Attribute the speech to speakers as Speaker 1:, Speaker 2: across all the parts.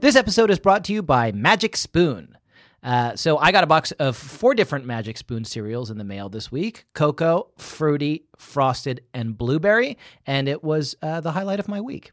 Speaker 1: This episode is brought to you by Magic Spoon. Uh, so I got a box of four different Magic Spoon cereals in the mail this week: cocoa, fruity, frosted, and blueberry. And it was uh, the highlight of my week.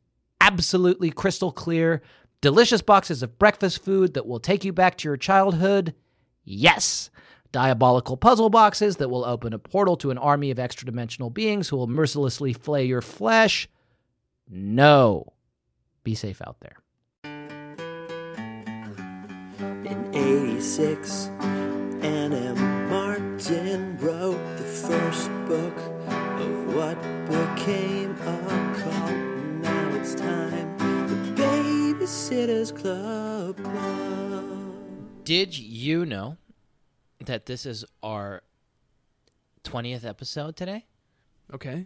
Speaker 1: absolutely crystal clear, delicious boxes of breakfast food that will take you back to your childhood. Yes. Diabolical puzzle boxes that will open a portal to an army of extra dimensional beings who will mercilessly flay your flesh. No. Be safe out there.
Speaker 2: In 86, Anna Martin wrote the first book of what became a cult. Now it's time, the Babysitter's Club.
Speaker 1: Did you know that this is our 20th episode today?
Speaker 3: Okay.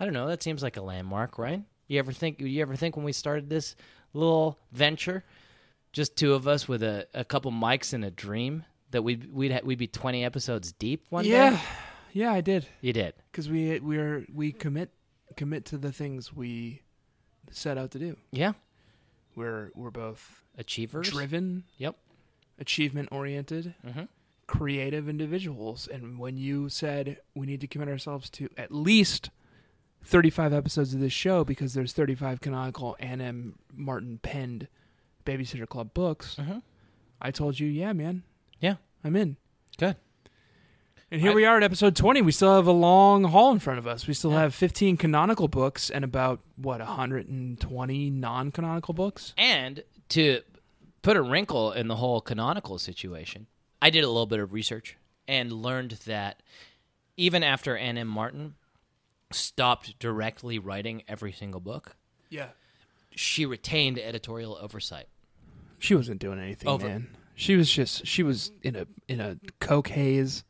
Speaker 1: I don't know. That seems like a landmark, right? You ever think? You ever think when we started this little venture, just two of us with a, a couple mics and a dream that we'd we'd ha- we'd be twenty episodes deep one
Speaker 3: yeah.
Speaker 1: day?
Speaker 3: Yeah, I did.
Speaker 1: you did.
Speaker 3: Cuz we we're we commit commit to the things we set out to do.
Speaker 1: Yeah,
Speaker 3: We're we're both
Speaker 1: achievers.
Speaker 3: driven,
Speaker 1: Yep.
Speaker 3: achievement oriented,
Speaker 1: Mhm.
Speaker 3: creative individuals. And when you said we need to commit ourselves to at least 35 episodes of this show because there's 35 canonical Anna M. Martin penned Babysitter Club books,
Speaker 1: Mhm.
Speaker 3: I told you, yeah, man,
Speaker 1: Yeah.
Speaker 3: I'm in.
Speaker 1: Good.
Speaker 3: And here
Speaker 1: I-
Speaker 3: we are at episode 20. We still have a long haul in front of us. We still have 15 canonical books and about, what, 120 non canonical books?
Speaker 1: And to put a wrinkle in the whole canonical situation, I did a little bit of research and learned that even after N.M. Martin stopped directly writing every single book,
Speaker 3: Yeah.
Speaker 1: she retained editorial oversight.
Speaker 3: She wasn't doing anything,
Speaker 1: Over.
Speaker 3: man. She was just she was in a in a coke haze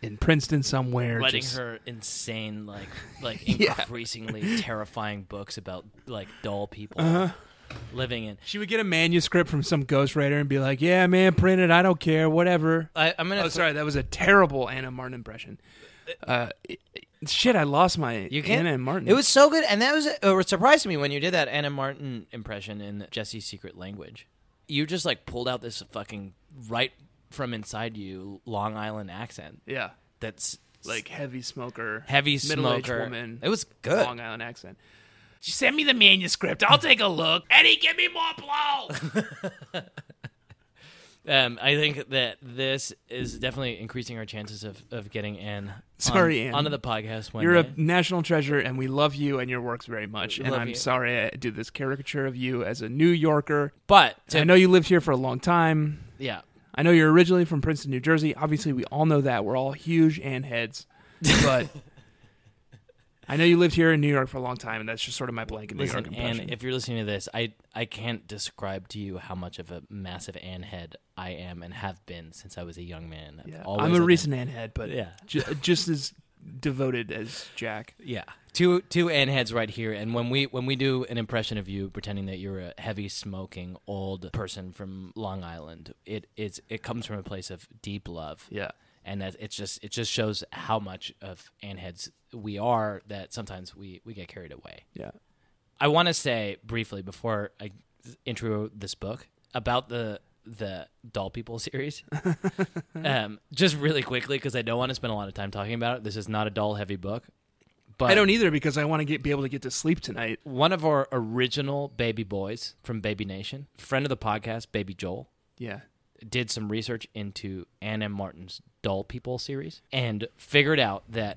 Speaker 3: in Princeton somewhere.
Speaker 1: writing
Speaker 3: just-
Speaker 1: her insane, like like
Speaker 3: Yeah.
Speaker 1: increasingly terrifying books about like dull people
Speaker 3: Uh-huh.
Speaker 1: living in.
Speaker 3: She would get a manuscript from some ghostwriter and be like, "Yeah, man, print it. I don't care. Whatever."
Speaker 1: I, I'm gonna.
Speaker 3: Oh,
Speaker 1: th-
Speaker 3: sorry, that was a terrible Anna Martin impression. Uh, it- it- shit, I lost my
Speaker 1: You can't.
Speaker 3: Anna Martin.
Speaker 1: It was so good, and that was uh, it surprised me when you did that Anna Martin impression in Jesse's Secret Language. You just like pulled out this fucking right from inside you Long Island accent.
Speaker 3: yeah,
Speaker 1: That's
Speaker 3: like heavy smoker,
Speaker 1: heavy
Speaker 3: middle-aged
Speaker 1: smoker.
Speaker 3: woman.
Speaker 1: It was good.
Speaker 3: Long Island accent. She sent me the manuscript. I'll take a look. Eddie, give me more blow.
Speaker 1: Um, I think that this is definitely increasing our chances of, of getting Anne on-
Speaker 3: Sorry, Anne.
Speaker 1: onto the podcast one
Speaker 3: You're a
Speaker 1: day.
Speaker 3: national treasure, and we love you and your works very much.
Speaker 1: We
Speaker 3: and
Speaker 1: love
Speaker 3: I'm
Speaker 1: you.
Speaker 3: sorry I did this caricature of you as a New Yorker.
Speaker 1: but to-
Speaker 3: I know you lived here for a long time.
Speaker 1: yeah,
Speaker 3: I know you're originally from Princeton, New Jersey. Obviously, we all know that. We're all huge and heads. But I know you lived here in New York for a long time, and that's just sort of my blanket New
Speaker 1: listen,
Speaker 3: York impression.
Speaker 1: Anne, if you're listening to this, I I can't describe to you how much of a massive Anne head I am and have been since I was a young man. I've
Speaker 3: Yeah.
Speaker 1: always
Speaker 3: I'm a
Speaker 1: loved
Speaker 3: recent Ann head, but
Speaker 1: Yeah.
Speaker 3: ju- just as devoted as Jack.
Speaker 1: Anne. yeah. Two two Anne heads right here, and when we when we do an impression of you pretending that you're a heavy smoking old person from Long Island, it it's, it comes from a place of deep love.
Speaker 3: Yeah.
Speaker 1: and that it's just it just shows how much of anheads we are that sometimes we we get carried away
Speaker 3: Yeah.
Speaker 1: i want to say briefly before i intro this book about the the doll people series um just really quickly because i don't want to spend a lot of time talking about it this is not a doll heavy book but
Speaker 3: I don't e-, either because I want to get be able to get to sleep tonight.
Speaker 1: one of our original baby boys from baby nation friend of the podcast baby joel
Speaker 3: Yeah.
Speaker 1: did some research into Anne M. Martin's Doll People series and figured out that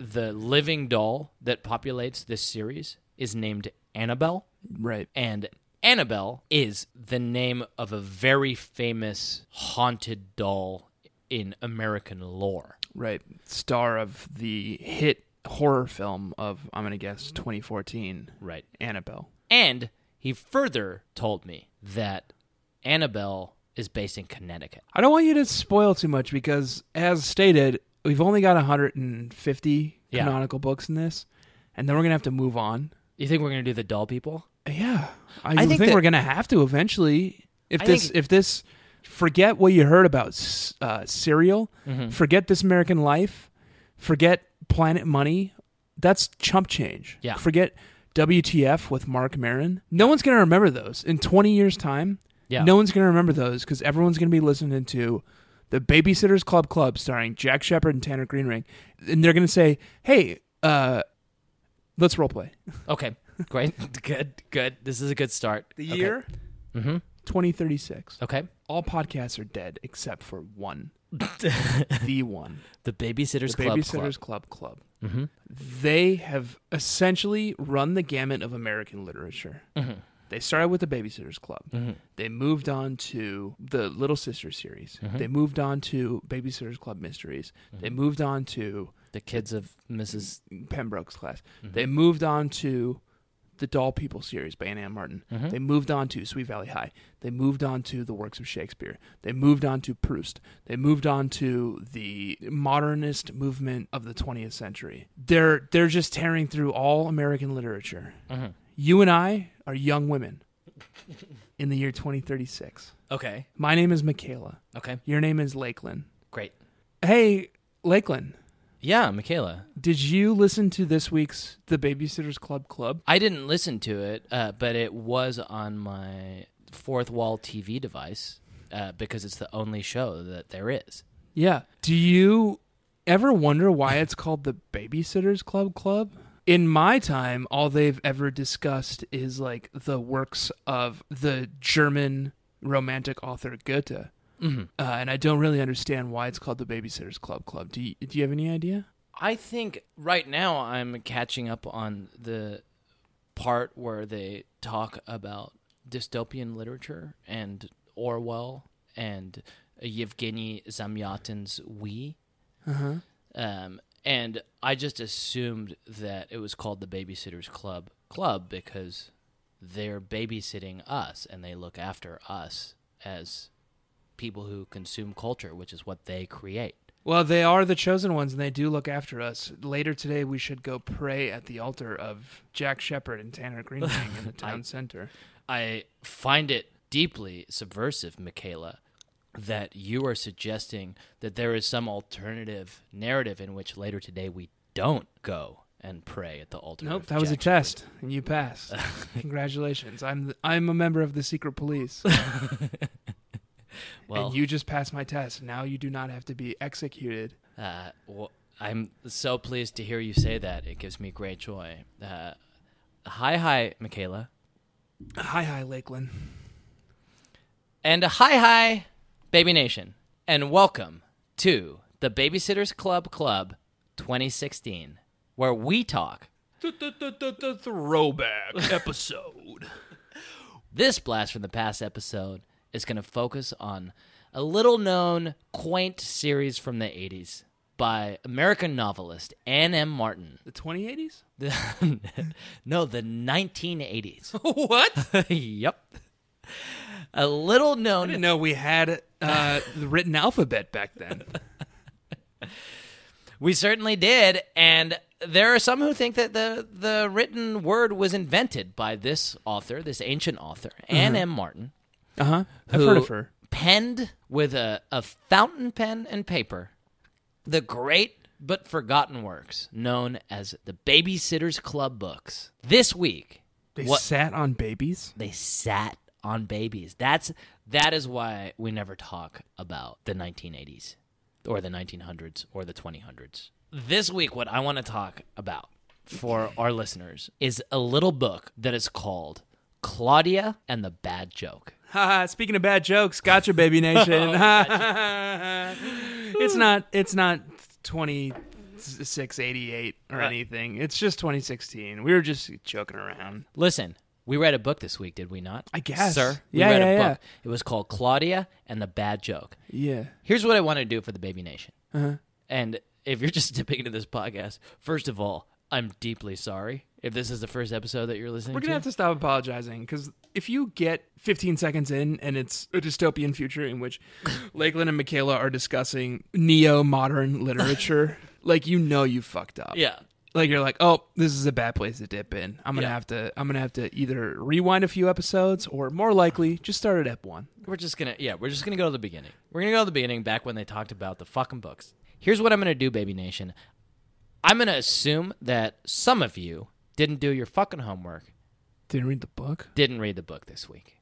Speaker 1: the living doll that populates this series is named Annabelle.
Speaker 3: Right.
Speaker 1: And Annabelle is the name of a very famous haunted doll in American lore.
Speaker 3: Right. Star of the hit horror film of I'm gonna guess 2014,
Speaker 1: Right.
Speaker 3: Annabelle.
Speaker 1: And he further told me that Annabelle is based in Connecticut.
Speaker 3: I don't want you to spoil too much because, as stated, we've only got 150
Speaker 1: Yeah.
Speaker 3: canonical books in this, and then we're gonna have to move on.
Speaker 1: You think we're going to do the doll people?
Speaker 3: Yeah, I,
Speaker 1: think
Speaker 3: think,
Speaker 1: that-
Speaker 3: we're gonna have to eventually. If
Speaker 1: I
Speaker 3: this,
Speaker 1: think-
Speaker 3: if this, forget what you heard about s- uh, Serial,
Speaker 1: Mm-hmm.
Speaker 3: forget This American Life, forget Planet Money. That's chump change.
Speaker 1: Yeah.
Speaker 3: Forget WTF with Mark Maron. No one's gonna remember those in 20 years' time.
Speaker 1: Yeah.
Speaker 3: No one's gonna remember those because everyone's gonna be listening to the Babysitters Club Club starring Jack Shepard and Tanner Greenring, and they're gonna say, "Hey, uh, let's role play."
Speaker 1: Okay. Great. good. Good. This is a good start. Okay.
Speaker 3: Mm-hmm. 2036.
Speaker 1: Okay.
Speaker 3: All podcasts are dead except for one. the one.
Speaker 1: The Babysitters
Speaker 3: the
Speaker 1: Club. Mm-hmm.
Speaker 3: Babysitters Club Club. They have essentially run the gamut of American literature. They started with the Babysitters Club.
Speaker 1: Mm-hmm.
Speaker 3: They moved on to the Little Sister series. They moved on to Babysitters Club Mysteries. They moved on to
Speaker 1: Club. The kids of Mrs.
Speaker 3: Pembroke's class. They moved on to the Doll People series by Anne Martin. They moved on to Sweet Valley High. They moved on to the works of Shakespeare. They moved on to Proust. They moved on to the modernist movement of the 20th century. They're they're just tearing through all American literature. You and I are young women in the year 2036.
Speaker 1: Okay.
Speaker 3: My name is Michaela.
Speaker 1: Okay.
Speaker 3: Your name is Lakeland.
Speaker 1: Great.
Speaker 3: Hey, Lakeland.
Speaker 1: Yeah, Michaela.
Speaker 3: Did you listen to this week's The Babysitters Club Club?
Speaker 1: I didn't listen to it, uh, but it was on my fourth wall TV device uh, because it's the only show that there is.
Speaker 3: Yeah. Do you ever wonder why it's called The Babysitters Club Club? In my time, all they've ever discussed is like the works of the German romantic author Goethe. Mm-hmm. Uh, and I don't really understand why it's called The Babysitters Club Club. Do you, do you have any idea?
Speaker 1: I think right now I'm catching up on the part where they talk about dystopian literature and Orwell and Yevgeny Zamyatin's We. Um, and I just assumed that it was called the Babysitters Club Club because they're babysitting us and they look after us as people who consume culture, which is what they create.
Speaker 3: Well, they are the chosen ones, and they do look after us. Later today, we should go pray at the altar of Jack Shepard and Tanner Greenring in the town center.
Speaker 1: I find it deeply subversive, Michaela, that you are suggesting that there is some alternative narrative in which later today we don't go and pray at the altar.
Speaker 3: Nope,
Speaker 1: of
Speaker 3: that was a
Speaker 1: Jack
Speaker 3: test, and you passed. Congratulations! I'm th- I'm a member of the secret police,
Speaker 1: Shepard. Well,
Speaker 3: and you just passed my test. Now you do not have to be executed.
Speaker 1: uh, well, I'm so pleased to hear you say that. It gives me great joy. Uh, hi, hi, Michaela,
Speaker 3: Hi, hi, Lakeland.
Speaker 1: and hi, hi, Baby Nation, and welcome to the Babysitters Club Club 2016, where we talk
Speaker 3: Throwback episode.
Speaker 1: This blast from the past episode is going to focus on a little known, quaint series from the 80s by American novelist Anne M. Martin.
Speaker 3: the 2080s?
Speaker 1: no, the 1980s.
Speaker 3: what? I
Speaker 1: yep. A little known
Speaker 3: didn't know we had uh, the written alphabet back then.
Speaker 1: We certainly did, and there are some who think that the the written word was invented by this author, this ancient author,
Speaker 3: Mm-hmm.
Speaker 1: Anne M. Martin,
Speaker 3: Uh huh. I've
Speaker 1: who
Speaker 3: heard of her.
Speaker 1: penned with a, a fountain pen and paper the great but forgotten works known as the Babysitters Club books. This week,
Speaker 3: They
Speaker 1: what
Speaker 3: sat on babies.
Speaker 1: they sat on babies. That's that is why we never talk about the 1980s or the 1900s or the 2000s. This week what I want to talk about for our listeners is a little book that is called Claudia and the Bad Joke.
Speaker 3: Haha, Speaking of bad jokes, gotcha, baby nation. it's not. It's not twenty six eighty eight or anything. It's just twenty sixteen. We were just joking around.
Speaker 1: Listen, we read a book this week, did we not?
Speaker 3: I guess.
Speaker 1: Sir, we
Speaker 3: Yeah,
Speaker 1: read
Speaker 3: yeah,
Speaker 1: a
Speaker 3: yeah.
Speaker 1: book. It was called Claudia and the Bad Joke.
Speaker 3: Yeah.
Speaker 1: Here's what I want to do for the Baby Nation.
Speaker 3: Uh-huh.
Speaker 1: And if you're just dipping into this podcast, first of all, I'm deeply sorry if this is the first episode that you're listening
Speaker 3: We're gonna have to stop apologizing because if you get 15 seconds in and it's a dystopian future in which Lakeland and Michaela are discussing neo-modern literature, like you know you fucked up.
Speaker 1: Yeah.
Speaker 3: Like you're like, oh, this is a bad place to dip in. I'm gonna
Speaker 1: Yeah.
Speaker 3: have to. I'm gonna have to either rewind a few episodes or more likely just start at ep one.
Speaker 1: We're just gonna yeah, we're just gonna go to the beginning. We're gonna go to the beginning back when they talked about the fucking books. Here's what I'm gonna do, Baby Nation. I'm gonna assume that some of you didn't do your fucking homework,
Speaker 3: Didn't read the book.
Speaker 1: didn't read the book this week.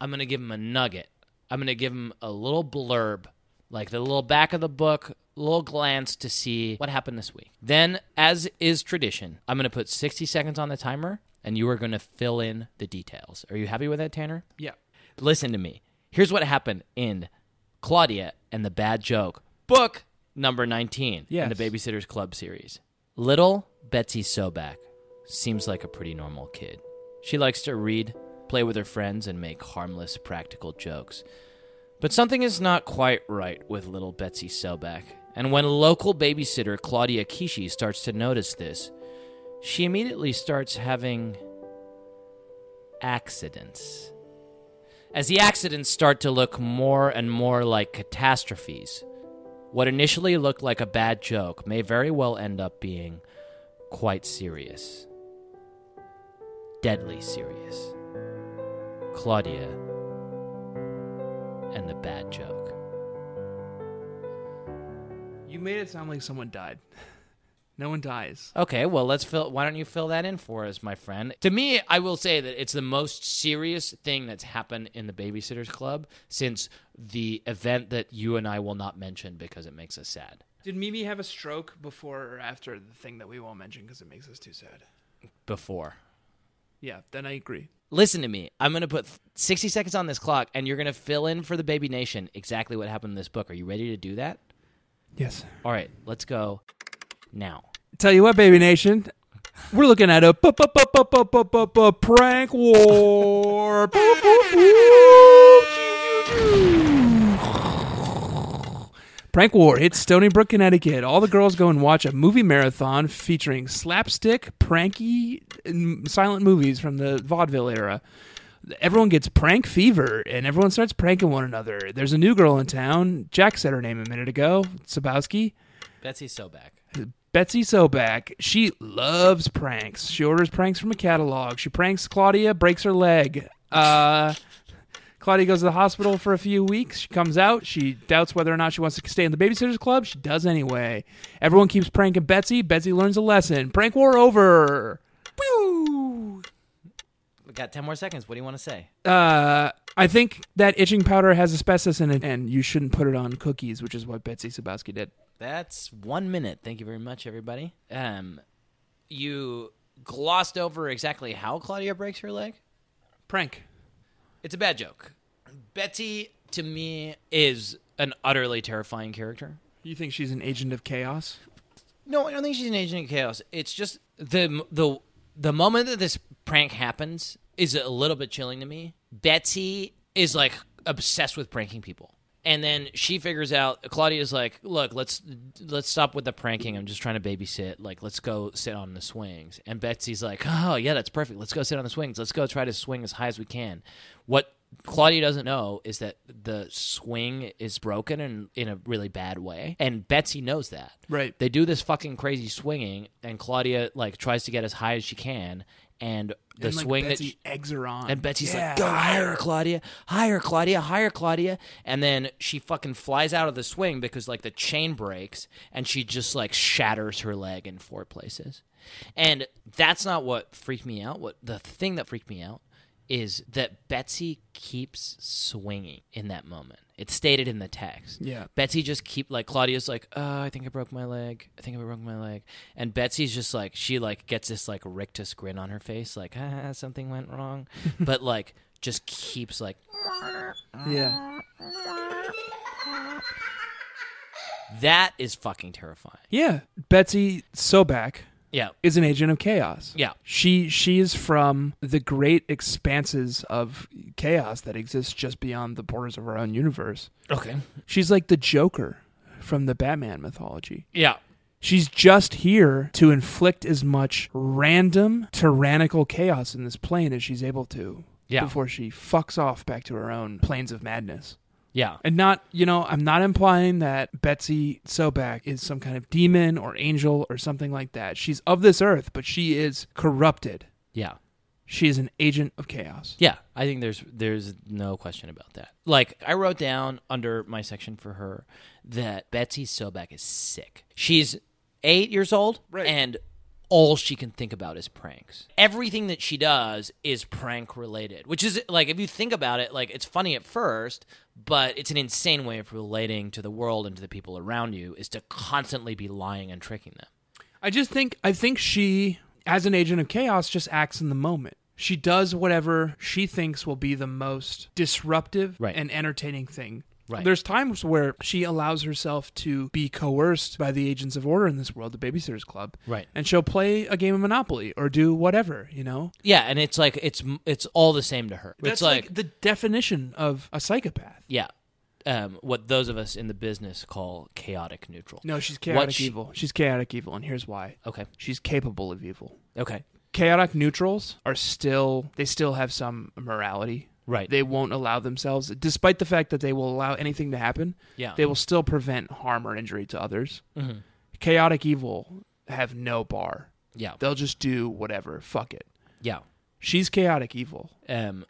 Speaker 1: I'm gonna give them a nugget. I'm gonna give them a little blurb, like the little back of the book, little glance to see what happened this week. Then, as is tradition, I'm gonna put 60 seconds on the timer, and you are gonna fill in the details. Are you happy with that, Tanner?
Speaker 3: Yeah.
Speaker 1: listen to me. Here's what happened in Claudia and the Bad Joke, book number 19
Speaker 3: Yes.
Speaker 1: in the Babysitter's Club series. Little Betsy Soback seems like a pretty normal kid. She likes to read, play with her friends, and make harmless, practical jokes. But something is not quite right with little Betsy Soback. And when local babysitter Claudia Kishi starts to notice this, she immediately starts having accidents. As the accidents start to look more and more like catastrophes, what initially looked like a bad joke may very well end up being quite serious. Deadly serious. Claudia and the bad joke.
Speaker 3: You made it sound like someone died. no one dies.
Speaker 1: Okay, well, let's fill. Why don't you fill that in for us, my friend? To me, I will say that it's the most serious thing that's happened in the Babysitters Club since the event that you and I will not mention because it makes us sad.
Speaker 3: Did Mimi have a stroke before or after the thing that we won't mention because it makes us too sad?
Speaker 1: Before.
Speaker 3: Yeah, then I agree.
Speaker 1: Listen to me. I'm going to put 60 seconds on this clock, and you're going to fill in for the Baby Nation exactly what happened in this book. Are you ready to do that?
Speaker 3: Yes.
Speaker 1: All right, let's go now.
Speaker 3: Tell you what, Baby Nation, we're looking at a pu- pu- pu- pu- pu- pu- pu- pu- prank war. Boop, boop, boop. Prank War hits Stony Brook, Connecticut. All the girls go and watch a movie marathon featuring slapstick, pranky, and silent movies from the vaudeville era. Everyone gets prank fever, and everyone starts pranking one another. There's a new girl in town. Jack said her name a minute ago. Sabowski.
Speaker 1: Betsy Soback.
Speaker 3: Betsy Soback, she loves pranks. She orders pranks from a catalog. She pranks Claudia, breaks her leg. Uh, Claudia goes to the hospital for a few weeks. She comes out. She doubts whether or not she wants to stay in the babysitters club. She does anyway. Everyone keeps pranking Betsy. Betsy learns a lesson. Prank war over. Woo!
Speaker 1: We got 10 more seconds. What do you want to say?
Speaker 3: Uh, I think that itching powder has asbestos in it, and you shouldn't put it on cookies, which is what Betsy Sobowski did.
Speaker 1: That's one minute. Thank you very much, everybody. Um, you glossed over exactly how Claudia breaks her leg.
Speaker 3: Prank.
Speaker 1: It's a bad joke. Betsy to me is an utterly terrifying character.
Speaker 3: You think she's an agent of chaos?
Speaker 1: No, I don't think she's an agent of chaos. It's just the the the moment that this prank happens is a little bit chilling to me. Betsy is like obsessed with pranking people. And then she figures out Claudia's like, "Look, let's let's stop with the pranking. I'm just trying to babysit. Like, let's go sit on the swings." And Betsy's like, "Oh, yeah, that's perfect. Let's go sit on the swings. Let's go try to swing as high as we can." What Claudia doesn't know is that the swing is broken and in a really bad way. And Betsy knows that.
Speaker 3: Right.
Speaker 1: They do this fucking crazy swinging, and Claudia like tries to get as high as she can, and the
Speaker 3: and, like,
Speaker 1: swing that
Speaker 3: Betsy
Speaker 1: she,
Speaker 3: eggs her on,
Speaker 1: and Betsy's
Speaker 3: Yeah.
Speaker 1: like, "Go higher, Claudia! Higher, Claudia! Higher, Claudia!" And then she fucking flies out of the swing because like the chain breaks, and she just like shatters her leg in four places. And that's not what freaked me out. What the thing that freaked me out is that Betsy keeps swinging in that moment. It's stated in the text.
Speaker 3: Yeah.
Speaker 1: Betsy just keep like Claudia's like, oh, I think I broke my leg. I think I broke my leg. And Betsy's just like she like gets this like rictus grin on her face, like ah, something went wrong, but like just keeps like
Speaker 3: Yeah.
Speaker 1: that is fucking terrifying.
Speaker 3: Yeah. Betsy Sobak
Speaker 1: Yeah,
Speaker 3: is an agent of chaos.
Speaker 1: yeah,
Speaker 3: She she is from the great expanses of chaos that exists just beyond the borders of our own universe.
Speaker 1: okay,
Speaker 3: She's like the Joker from the Batman mythology.
Speaker 1: yeah,
Speaker 3: She's just here to inflict as much random tyrannical chaos in this plane as she's able to
Speaker 1: Yeah.
Speaker 3: before she fucks off back to her own planes of madness.
Speaker 1: yeah,
Speaker 3: And not, you know, I'm not implying that Betsy Sobak is some kind of demon or angel or something like that. She's of this earth, but she is corrupted.
Speaker 1: yeah,
Speaker 3: She is an agent of chaos.
Speaker 1: yeah. I think there's there's no question about that. Like I wrote down under my section for her that Betsy Sobek is sick. She's eight years old,
Speaker 3: Right.
Speaker 1: and all she can think about is pranks. Everything that she does is prank related, which is like if you think about it, like it's funny at first, but it's an insane way of relating to the world and to the people around you is to constantly be lying and tricking them.
Speaker 3: I just think I think she as an agent of chaos just acts in the moment. She does whatever she thinks will be the most disruptive
Speaker 1: Right.
Speaker 3: and entertaining thing.
Speaker 1: Right.
Speaker 3: There's times where she allows herself to be coerced by the agents of order in this world, the babysitters club.
Speaker 1: Right.
Speaker 3: And she'll play a game of Monopoly or do whatever, you know?
Speaker 1: Yeah, and it's like it's it's all the same to her. it's
Speaker 3: That's like, the definition of a psychopath.
Speaker 1: yeah, um, what those of us in the business call chaotic neutral.
Speaker 3: No, she's
Speaker 1: What
Speaker 3: chaotic
Speaker 1: she-
Speaker 3: evil. She's chaotic evil, and here's why.
Speaker 1: Okay.
Speaker 3: She's capable of evil.
Speaker 1: Okay.
Speaker 3: chaotic neutrals are still they still have some morality
Speaker 1: Right.
Speaker 3: they won't allow themselves despite the fact that they will allow anything to happen
Speaker 1: Yeah.
Speaker 3: they will still prevent harm or injury to others
Speaker 1: Mm-hmm.
Speaker 3: chaotic evil have no bar
Speaker 1: yeah.
Speaker 3: they'll just do whatever fuck it
Speaker 1: yeah.
Speaker 3: she's chaotic evil
Speaker 1: Um,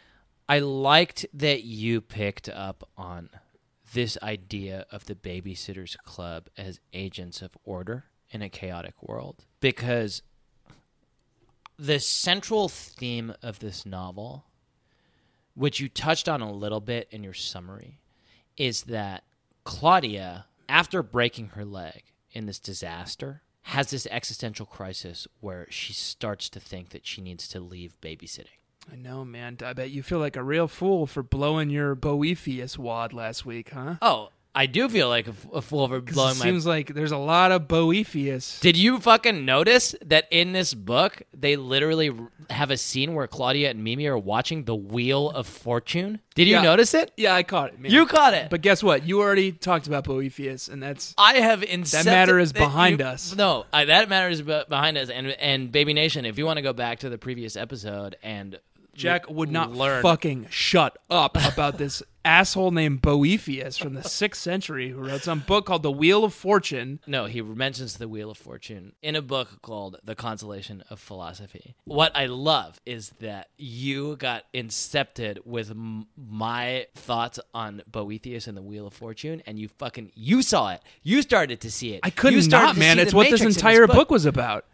Speaker 1: I liked that you picked up on this idea of the Babysitters Club as agents of order in a chaotic world because the central theme of this novel, which you touched on a little bit in your summary, is that Claudia, after breaking her leg in this disaster, has this existential crisis where she starts to think that she needs to leave babysitting.
Speaker 3: i know man i bet you feel like a real fool for blowing your boethius wad last week huh
Speaker 1: Oh, I do feel like a, f- a fool for
Speaker 3: 'Cause
Speaker 1: blowing
Speaker 3: it
Speaker 1: my.
Speaker 3: seems like there's a lot of boethius
Speaker 1: Did you fucking notice that in this book they literally r- have a scene where Claudia and Mimi are watching the Wheel of Fortune? Did you
Speaker 3: Yeah.
Speaker 1: notice it?
Speaker 3: yeah i caught it man.
Speaker 1: You caught it.
Speaker 3: but guess what you already talked about boethius and that's
Speaker 1: I have incepted
Speaker 3: matter is
Speaker 1: that you-
Speaker 3: behind us.
Speaker 1: No, I, that matter is be- behind us. And and Baby Nation, if you want to go back to the previous episode and
Speaker 3: Jack would not
Speaker 1: learn.
Speaker 3: fucking shut up about this asshole named Boethius from the sixth century who wrote some book called The Wheel of Fortune.
Speaker 1: No, he mentions the Wheel of Fortune in a book called The Consolation of Philosophy. What I love is that you got incepted with m- my thoughts on Boethius and the Wheel of Fortune, and you fucking you saw it. You started to see it.
Speaker 3: I couldn't not, man. It's what this entire book. was about.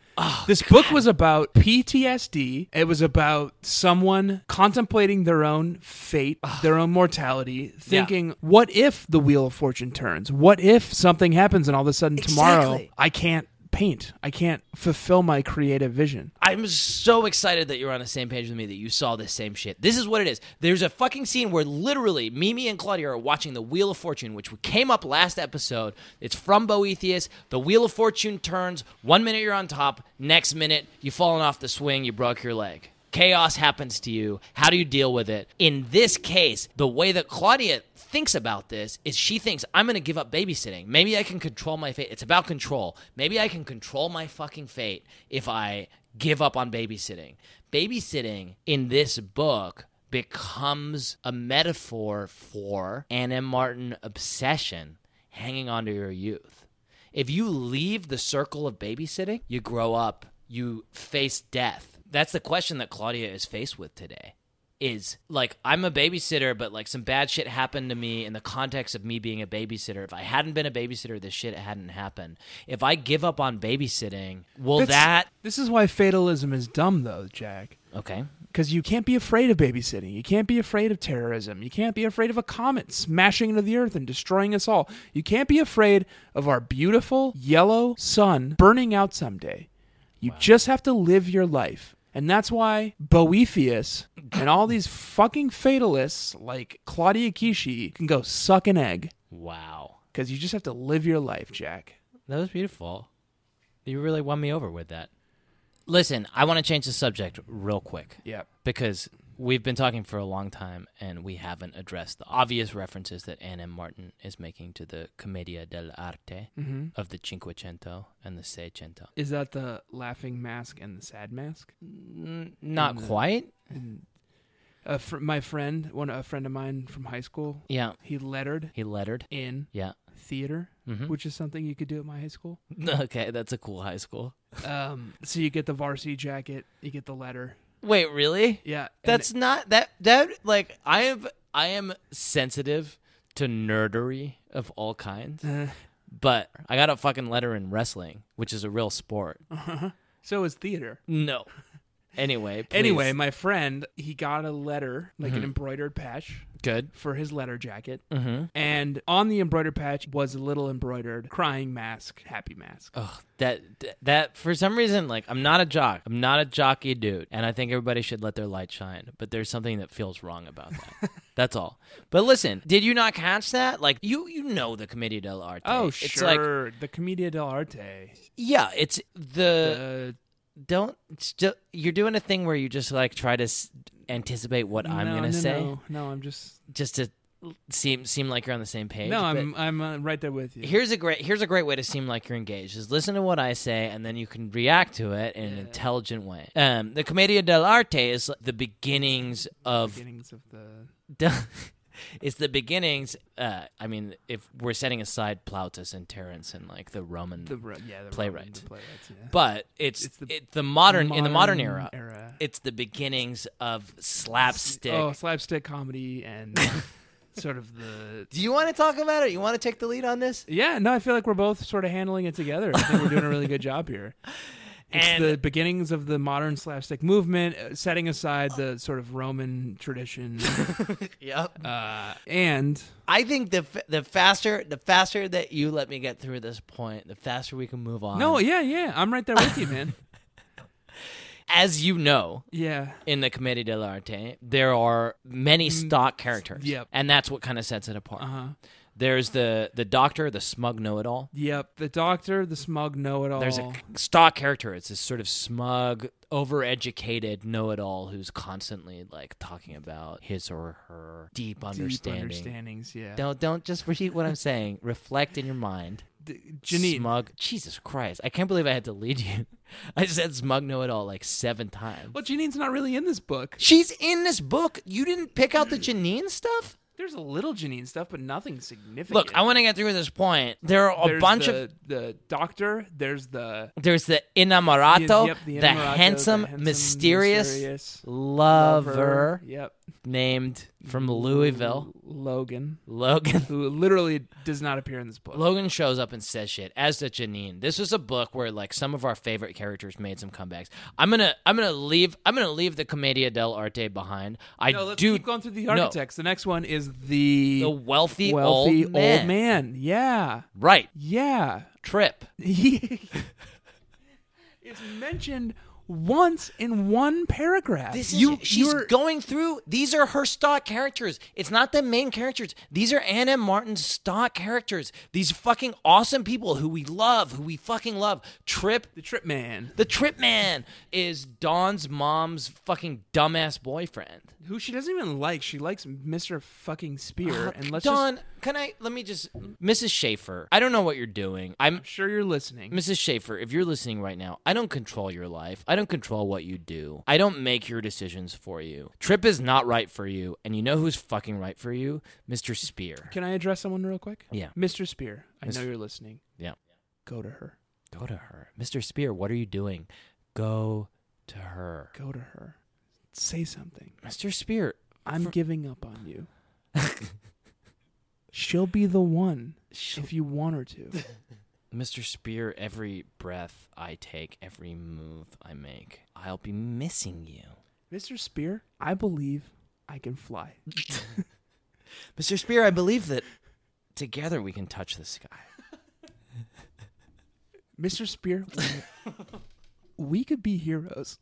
Speaker 3: this book was about PTSD. It was about someone contemplating their own fate, their own mortality, thinking, what if the Wheel of Fortune turns? What if something happens and all of a sudden tomorrow
Speaker 1: Exactly.
Speaker 3: I can't paint. I can't fulfill my creative vision.
Speaker 1: I'm so excited that you're on the same page with me that you saw this same shit. This is what it is. There's a fucking scene where literally Mimi and Claudia are watching The Wheel of Fortune, which came up last episode. It's from Boethius. The Wheel of Fortune turns. One minute you're on top, next minute you've fallen off the swing, you broke your leg. Chaos happens to you. How do you deal with it? In this case, the way that Claudia thinks about this is she thinks I'm going to give up babysitting. Maybe I can control my fate. It's about control. Maybe I can control my fucking fate if I give up on babysitting. Babysitting in this book becomes a metaphor for Anna Martin obsession, hanging on to your youth. If you leave the circle of babysitting, you grow up, you face death. That's the question that Claudia is faced with today is like I'm a babysitter, but like some bad shit happened to me in the context of me being a babysitter. If I hadn't been a babysitter, this shit hadn't happened. If I give up on babysitting, will
Speaker 3: That's-
Speaker 1: that
Speaker 3: This is why fatalism is dumb, though, Jack.
Speaker 1: okay?
Speaker 3: Because you can't be afraid of babysitting. You can't be afraid of terrorism. You can't be afraid of a comet smashing into the earth and destroying us all. You can't be afraid of our beautiful yellow sun burning out someday. You just have to live your life. And that's why Boethius and all these fucking fatalists like Claudia Kishi can go suck an egg.
Speaker 1: Wow,
Speaker 3: Because you just have to live your life, Jack.
Speaker 1: that was beautiful. You really won me over with that. Listen, I want to change the subject real quick.
Speaker 3: Yep.
Speaker 1: because we've been talking for a long time and we haven't addressed the obvious references that Anne M. Martin is making to the Commedia dell'arte of the Cinquecento and the Seicento.
Speaker 3: Is that the laughing mask and the sad mask?
Speaker 1: Not quite.
Speaker 3: A fr- my friend, one a friend of mine from high school,
Speaker 1: Yeah,
Speaker 3: he lettered
Speaker 1: he lettered.
Speaker 3: in
Speaker 1: Yeah.
Speaker 3: theater,
Speaker 1: Mhm.
Speaker 3: which is something you could do at my high school.
Speaker 1: Okay, that's a cool high school.
Speaker 3: Um, so you get the varsity jacket, you get the letter.
Speaker 1: Wait, really?
Speaker 3: Yeah, and
Speaker 1: That's not that that like I have I am sensitive to nerdery of all kinds. But I got a fucking letter in wrestling, which is a real sport.
Speaker 3: so is theater.
Speaker 1: No. Anyway, please. Mm-hmm.
Speaker 3: Anyway, my friend, he got a letter, like an embroidered patch
Speaker 1: good.
Speaker 3: for his letter jacket.
Speaker 1: Mm-hmm.
Speaker 3: And on the embroidered patch was a little embroidered crying mask, happy mask.
Speaker 1: Ugh, that that- that for some reason like I'm not a jock. I'm not a jockey dude, and I think everybody should let their light shine. But there's something that feels wrong about that. That's all. But listen, did you not catch that? Like you you know the Commedia dell'arte.
Speaker 3: Oh,
Speaker 1: It's like
Speaker 3: sure. the Commedia dell'arte.
Speaker 1: yeah, it's the
Speaker 3: Uh,
Speaker 1: don't it's ju- you're doing a thing where you just like try to s- anticipate what I'm
Speaker 3: no,
Speaker 1: going to
Speaker 3: no,
Speaker 1: say
Speaker 3: No, no, I'm just
Speaker 1: just to seem seem like you're on the same page.
Speaker 3: no.
Speaker 1: but-
Speaker 3: I'm I'm uh, right there with you.
Speaker 1: Here's a great here's a great way to seem like you're engaged. Is listen to what I say and then you can react to it in an intelligent way. Um, the Commedia dell'arte is the beginnings of
Speaker 3: beginnings of the
Speaker 1: it's the beginnings. Uh, I mean, if we're setting aside Plautus and Terence and like the Roman,
Speaker 3: the ro- yeah the
Speaker 1: Playwright.
Speaker 3: Roman, the playwrights, yeah.
Speaker 1: but it's
Speaker 3: It's
Speaker 1: it's
Speaker 3: the
Speaker 1: the, modern, in the modern era,
Speaker 3: era.
Speaker 1: It's the beginnings of slapstick.
Speaker 3: Oh, slapstick comedy and sort of the
Speaker 1: Do you want to talk about it? You want to take the lead on this?
Speaker 3: yeah. No, I feel like we're both sort of handling it together. I think we're doing a really good job here. It's
Speaker 1: And-
Speaker 3: the beginnings of the modern slapstick movement, uh, setting aside the sort of Roman tradition,
Speaker 1: Yep.
Speaker 3: uh, and
Speaker 1: I think the f- the faster the faster that you let me get through this point, the faster we can move on.
Speaker 3: no, yeah, yeah, I'm right there with you, man.
Speaker 1: as you know,
Speaker 3: Yeah,
Speaker 1: in the Commedia dell'arte, there are many stock characters.
Speaker 3: Mm, yep.
Speaker 1: and that's what kind of sets it apart.
Speaker 3: uh-huh.
Speaker 1: There's the the doctor, the smug know-it-all.
Speaker 3: yep. The doctor, the smug know-it-all.
Speaker 1: There's a stock character. It's this sort of smug, overeducated know-it-all who's constantly like talking about his or her deep understanding.
Speaker 3: deep understandings. Yeah,
Speaker 1: Don't don't just repeat what I'm saying. Reflect in your mind.
Speaker 3: D- Janine,
Speaker 1: Smug. Jesus Christ. I can't believe I had to lead you. I said smug know it all like seven times.
Speaker 3: Well, Janine's not really in this book.
Speaker 1: She's in this book. You didn't pick out the Janine stuff?
Speaker 3: There's a little Janine stuff, but nothing significant.
Speaker 1: Look, I want to get through this point. There are a
Speaker 3: There's
Speaker 1: bunch
Speaker 3: the,
Speaker 1: of.
Speaker 3: the doctor. There's the
Speaker 1: There's the inamorato,
Speaker 3: Yep,
Speaker 1: the,
Speaker 3: the inamorato, the
Speaker 1: handsome,
Speaker 3: handsome,
Speaker 1: mysterious,
Speaker 3: mysterious
Speaker 1: lover,
Speaker 3: Yep,
Speaker 1: named from Louisville,
Speaker 3: Logan,
Speaker 1: Logan.
Speaker 3: who literally does not appear in this book.
Speaker 1: Logan shows up and says shit, as does Janine. This is a book where like some of our favorite characters made some comebacks. I'm gonna I'm gonna leave I'm gonna leave the Commedia dell'arte behind. I
Speaker 3: no, let's
Speaker 1: do
Speaker 3: keep going through the
Speaker 1: no.
Speaker 3: architects. The next one is the
Speaker 1: the wealthy,
Speaker 3: wealthy
Speaker 1: old, man.
Speaker 3: man. Yeah,
Speaker 1: Right.
Speaker 3: yeah.
Speaker 1: Trip.
Speaker 3: Trip is mentioned once in one paragraph.
Speaker 1: This is,
Speaker 3: you,
Speaker 1: she's
Speaker 3: you're-
Speaker 1: going through. These are her stock characters. It's not the main characters. These are Anna Martin's stock characters. These fucking awesome people who we love, who we fucking love. Trip,
Speaker 3: the trip man
Speaker 1: the Trip Man is Don's mom's fucking dumbass boyfriend.
Speaker 3: who she doesn't even like. She likes Mr. Fucking Spear. and let's
Speaker 1: Don,
Speaker 3: just,
Speaker 1: can I? Let me just, Mrs. Schaefer. I don't know what you're doing. I'm
Speaker 3: I'm sure you're listening.
Speaker 1: Mrs. Schaefer, if you're listening right now, I don't control your life. I don't control what you do. I don't make your decisions for you. Trip is not right for you, and you know who's fucking right for you? Mr. Spear.
Speaker 3: Can I address someone real quick?
Speaker 1: Yeah.
Speaker 3: Mr. Spear, I
Speaker 1: Mis-
Speaker 3: know you're listening.
Speaker 1: Yeah.
Speaker 3: Go to her.
Speaker 1: Go to her. Mr. Spear, what are you doing? Go to her.
Speaker 3: Go to her. Say something.
Speaker 1: Mr. Spear,
Speaker 3: I'm giving up on you. She'll be the one if you want her to.
Speaker 1: Mr. Spear, every breath I take, every move I make, I'll be missing you.
Speaker 3: Mr. Spear, I believe I can fly.
Speaker 1: Mr. Spear, I believe that together we can touch the sky.
Speaker 3: Mr. Spear, we- we could be heroes.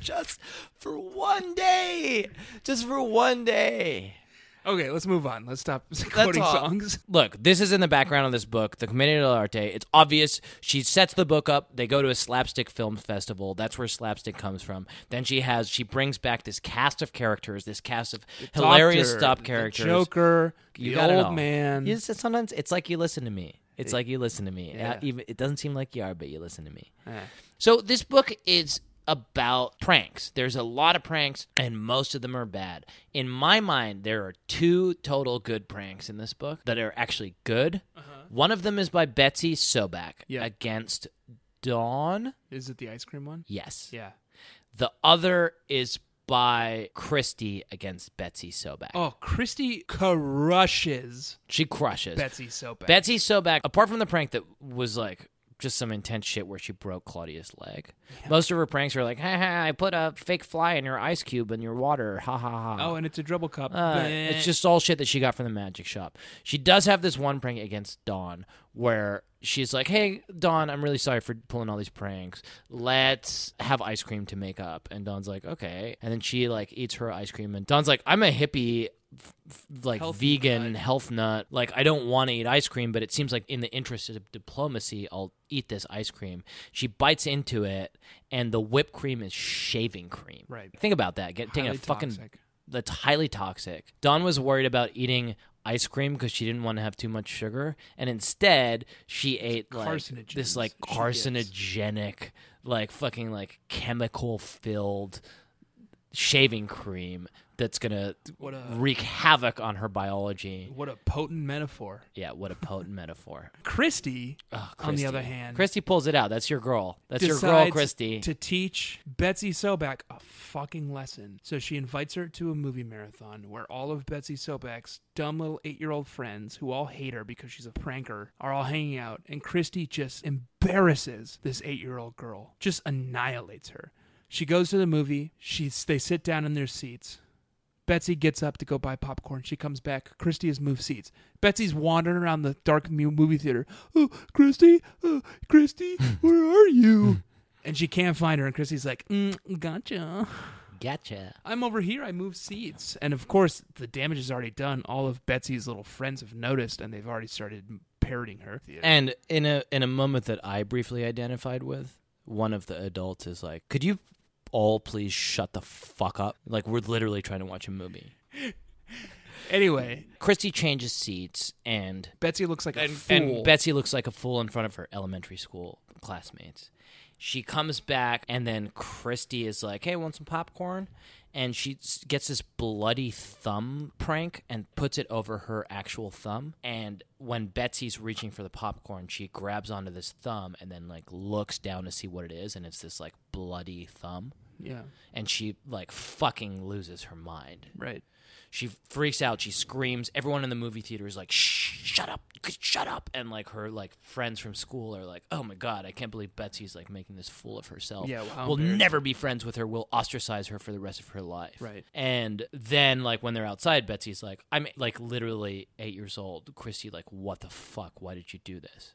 Speaker 1: Just for one day. Just for one day.
Speaker 3: Okay, let's move on. Let's stop quoting
Speaker 1: all.
Speaker 3: songs.
Speaker 1: Look, this is in the background of this book, The Commedia dell'arte. It's obvious. She sets the book up. They go to a slapstick film festival. That's where slapstick comes from. Then she has she brings back this cast of characters, this cast of hilarious
Speaker 3: Doctor,
Speaker 1: stop
Speaker 3: the
Speaker 1: characters.
Speaker 3: Joker, the
Speaker 1: got it all.
Speaker 3: old man.
Speaker 1: You just- sometimes it's like you listen to me. It's like you listen to me.
Speaker 3: Yeah.
Speaker 1: Uh, even it doesn't seem like you are, but you listen to me.
Speaker 3: Eh.
Speaker 1: So this book is about pranks. There's a lot of pranks and most of them are bad. In my mind, there are two total good pranks in this book that are actually good. One of them is by Betsy Sobak
Speaker 3: Uh-huh. Yeah.
Speaker 1: against Dawn.
Speaker 3: Is it the ice cream one?
Speaker 1: Yes.
Speaker 3: Yeah.
Speaker 1: The other is by Christy against Betsy Sobak.
Speaker 3: Oh, Christy crushes
Speaker 1: She crushes.
Speaker 3: Betsy so bad.
Speaker 1: Betsy Sobak, apart from the prank that was like just some intense shit where she broke Claudia's leg, most of her pranks were like, ha ha, I put a fake fly in your ice cube in your water, ha ha ha.
Speaker 3: oh, and it's a dribble cup.
Speaker 1: Uh,
Speaker 3: Bleh.
Speaker 1: it's just all shit that she got from the magic shop. She does have this one prank against Dawn where she's like, Hey, Dawn, I'm really sorry for pulling all these pranks. Let's have ice cream to make up. And Dawn's like, Okay. And then she like eats her ice cream, and Dawn's like, I'm a hippie. f- f- Like
Speaker 3: Health
Speaker 1: vegan
Speaker 3: nut.
Speaker 1: health nut. Like I don't want to eat ice cream, but it seems like in the interest of diplomacy, I'll eat this ice cream. She bites into it, and the whipped cream is shaving cream.
Speaker 3: Right.
Speaker 1: Think about that. Get taking a
Speaker 3: Highly
Speaker 1: fucking
Speaker 3: toxic.
Speaker 1: that's highly toxic. Dawn was worried about eating ice cream because she didn't want to have too much sugar, and instead she ate like
Speaker 3: Carcinogens
Speaker 1: this like
Speaker 3: she gets.
Speaker 1: carcinogenic, like fucking like chemical filled shaving cream that's gonna
Speaker 3: What uh, a-
Speaker 1: wreak havoc on her biology.
Speaker 3: What a potent metaphor.
Speaker 1: Yeah, what a potent metaphor.
Speaker 3: Christy,
Speaker 1: Ugh,
Speaker 3: on the
Speaker 1: Oh, Christy.
Speaker 3: other hand,
Speaker 1: Christy pulls it out. That's your girl. That's your
Speaker 3: decides
Speaker 1: girl, Christy.
Speaker 3: to teach Betsy Sobak a fucking lesson. So she invites her to a movie marathon where all of Betsy Sobak's dumb little eight-year-old friends, who all hate her because she's a pranker, are all hanging out, and Christy just embarrasses this eight-year-old girl, just annihilates her. She goes to the movie. She's they sit down in their seats. Betsy gets up to go buy popcorn. She comes back. Christy has moved seats. Betsy's wandering around the dark mu- movie theater. Oh, Christy, oh, Christy, where are you? and she can't find her. And Christy's like, mm, "Gotcha.
Speaker 1: gotcha.
Speaker 3: I'm over here. I moved seats." And of course, the damage is already done. All of Betsy's little friends have noticed, and they've already started parroting her.
Speaker 1: And in a in a moment that I briefly identified with, one of the adults is like, "Could you all please shut the fuck up? Like we're literally trying to watch a movie."
Speaker 3: anyway,
Speaker 1: Christy changes seats and
Speaker 3: Betsy looks like a
Speaker 1: and,
Speaker 3: fool.
Speaker 1: and Betsy looks like a fool in front of her elementary school classmates. She comes back, and then Christy is like, "Hey, want some popcorn?" And she s- gets this bloody thumb prank and puts it over her actual thumb. And when Betsy's reaching for the popcorn, she grabs onto this thumb and then like looks down to see what it is, and it's this like bloody thumb.
Speaker 3: yeah,
Speaker 1: And she like fucking loses her mind.
Speaker 3: right.
Speaker 1: She freaks out. She screams. Everyone in the movie theater is like, "Shh! Shut up! You could Shut up!" And like her like friends from school are like, "Oh my god! I can't believe Betsy's like making this fool of herself.
Speaker 3: Yeah, well, how
Speaker 1: we'll
Speaker 3: embarrassing.
Speaker 1: never be friends with her. We'll ostracize her for the rest of her life."
Speaker 3: Right.
Speaker 1: And then like when they're outside, Betsy's like, "I'm like literally eight years old." Christy like, "What the fuck? Why did you do this?"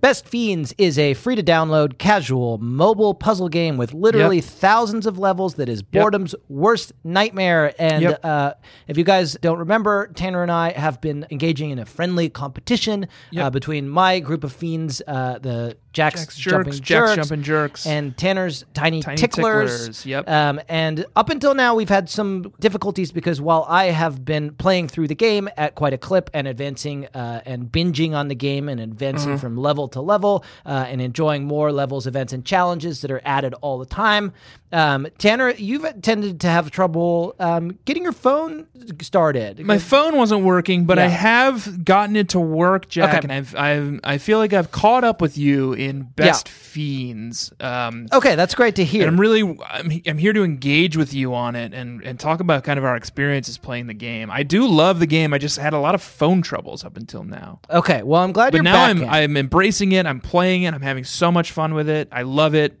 Speaker 4: Best Fiends is a free to download casual mobile puzzle game with literally
Speaker 3: Yep.
Speaker 4: thousands of levels that is boredom's worst nightmare. And
Speaker 3: Yep.
Speaker 4: uh, if you guys don't remember, Tanner and I have been engaging in a friendly competition uh, between my group of fiends, uh, the Jack's,
Speaker 3: Jack's Jerks,
Speaker 4: Jumping
Speaker 3: Jack's
Speaker 4: Jerks,
Speaker 3: Jumping Jerks.
Speaker 4: and Tanner's Tiny,
Speaker 3: Tiny
Speaker 4: Ticklers.
Speaker 3: Ticklers, yep.
Speaker 4: Um, and up until now, we've had some difficulties because while I have been playing through the game at quite a clip and advancing uh, and binging on the game and
Speaker 3: Mm-hmm.
Speaker 4: advancing from level to level uh, and enjoying more levels, events, and challenges that are added all the time, um, Tanner, you've tended to have trouble um, getting your phone started.
Speaker 3: My phone wasn't working, but I
Speaker 4: Yeah.
Speaker 3: have gotten it to work, Jack,
Speaker 4: Okay.
Speaker 3: and I've, I've I feel like I've caught up with you in Best Fiends. Um,
Speaker 4: okay, that's great to hear.
Speaker 3: and I'm really I'm, I'm here to engage with you on it and and talk about kind of our experiences playing the game. I do love the game. I just had a lot of phone troubles up until now.
Speaker 4: okay, well, I'm glad
Speaker 3: But
Speaker 4: Oh, you're
Speaker 3: now
Speaker 4: back
Speaker 3: I'm
Speaker 4: in.
Speaker 3: I'm embracing it. I'm playing it. I'm having so much fun with it. I love it.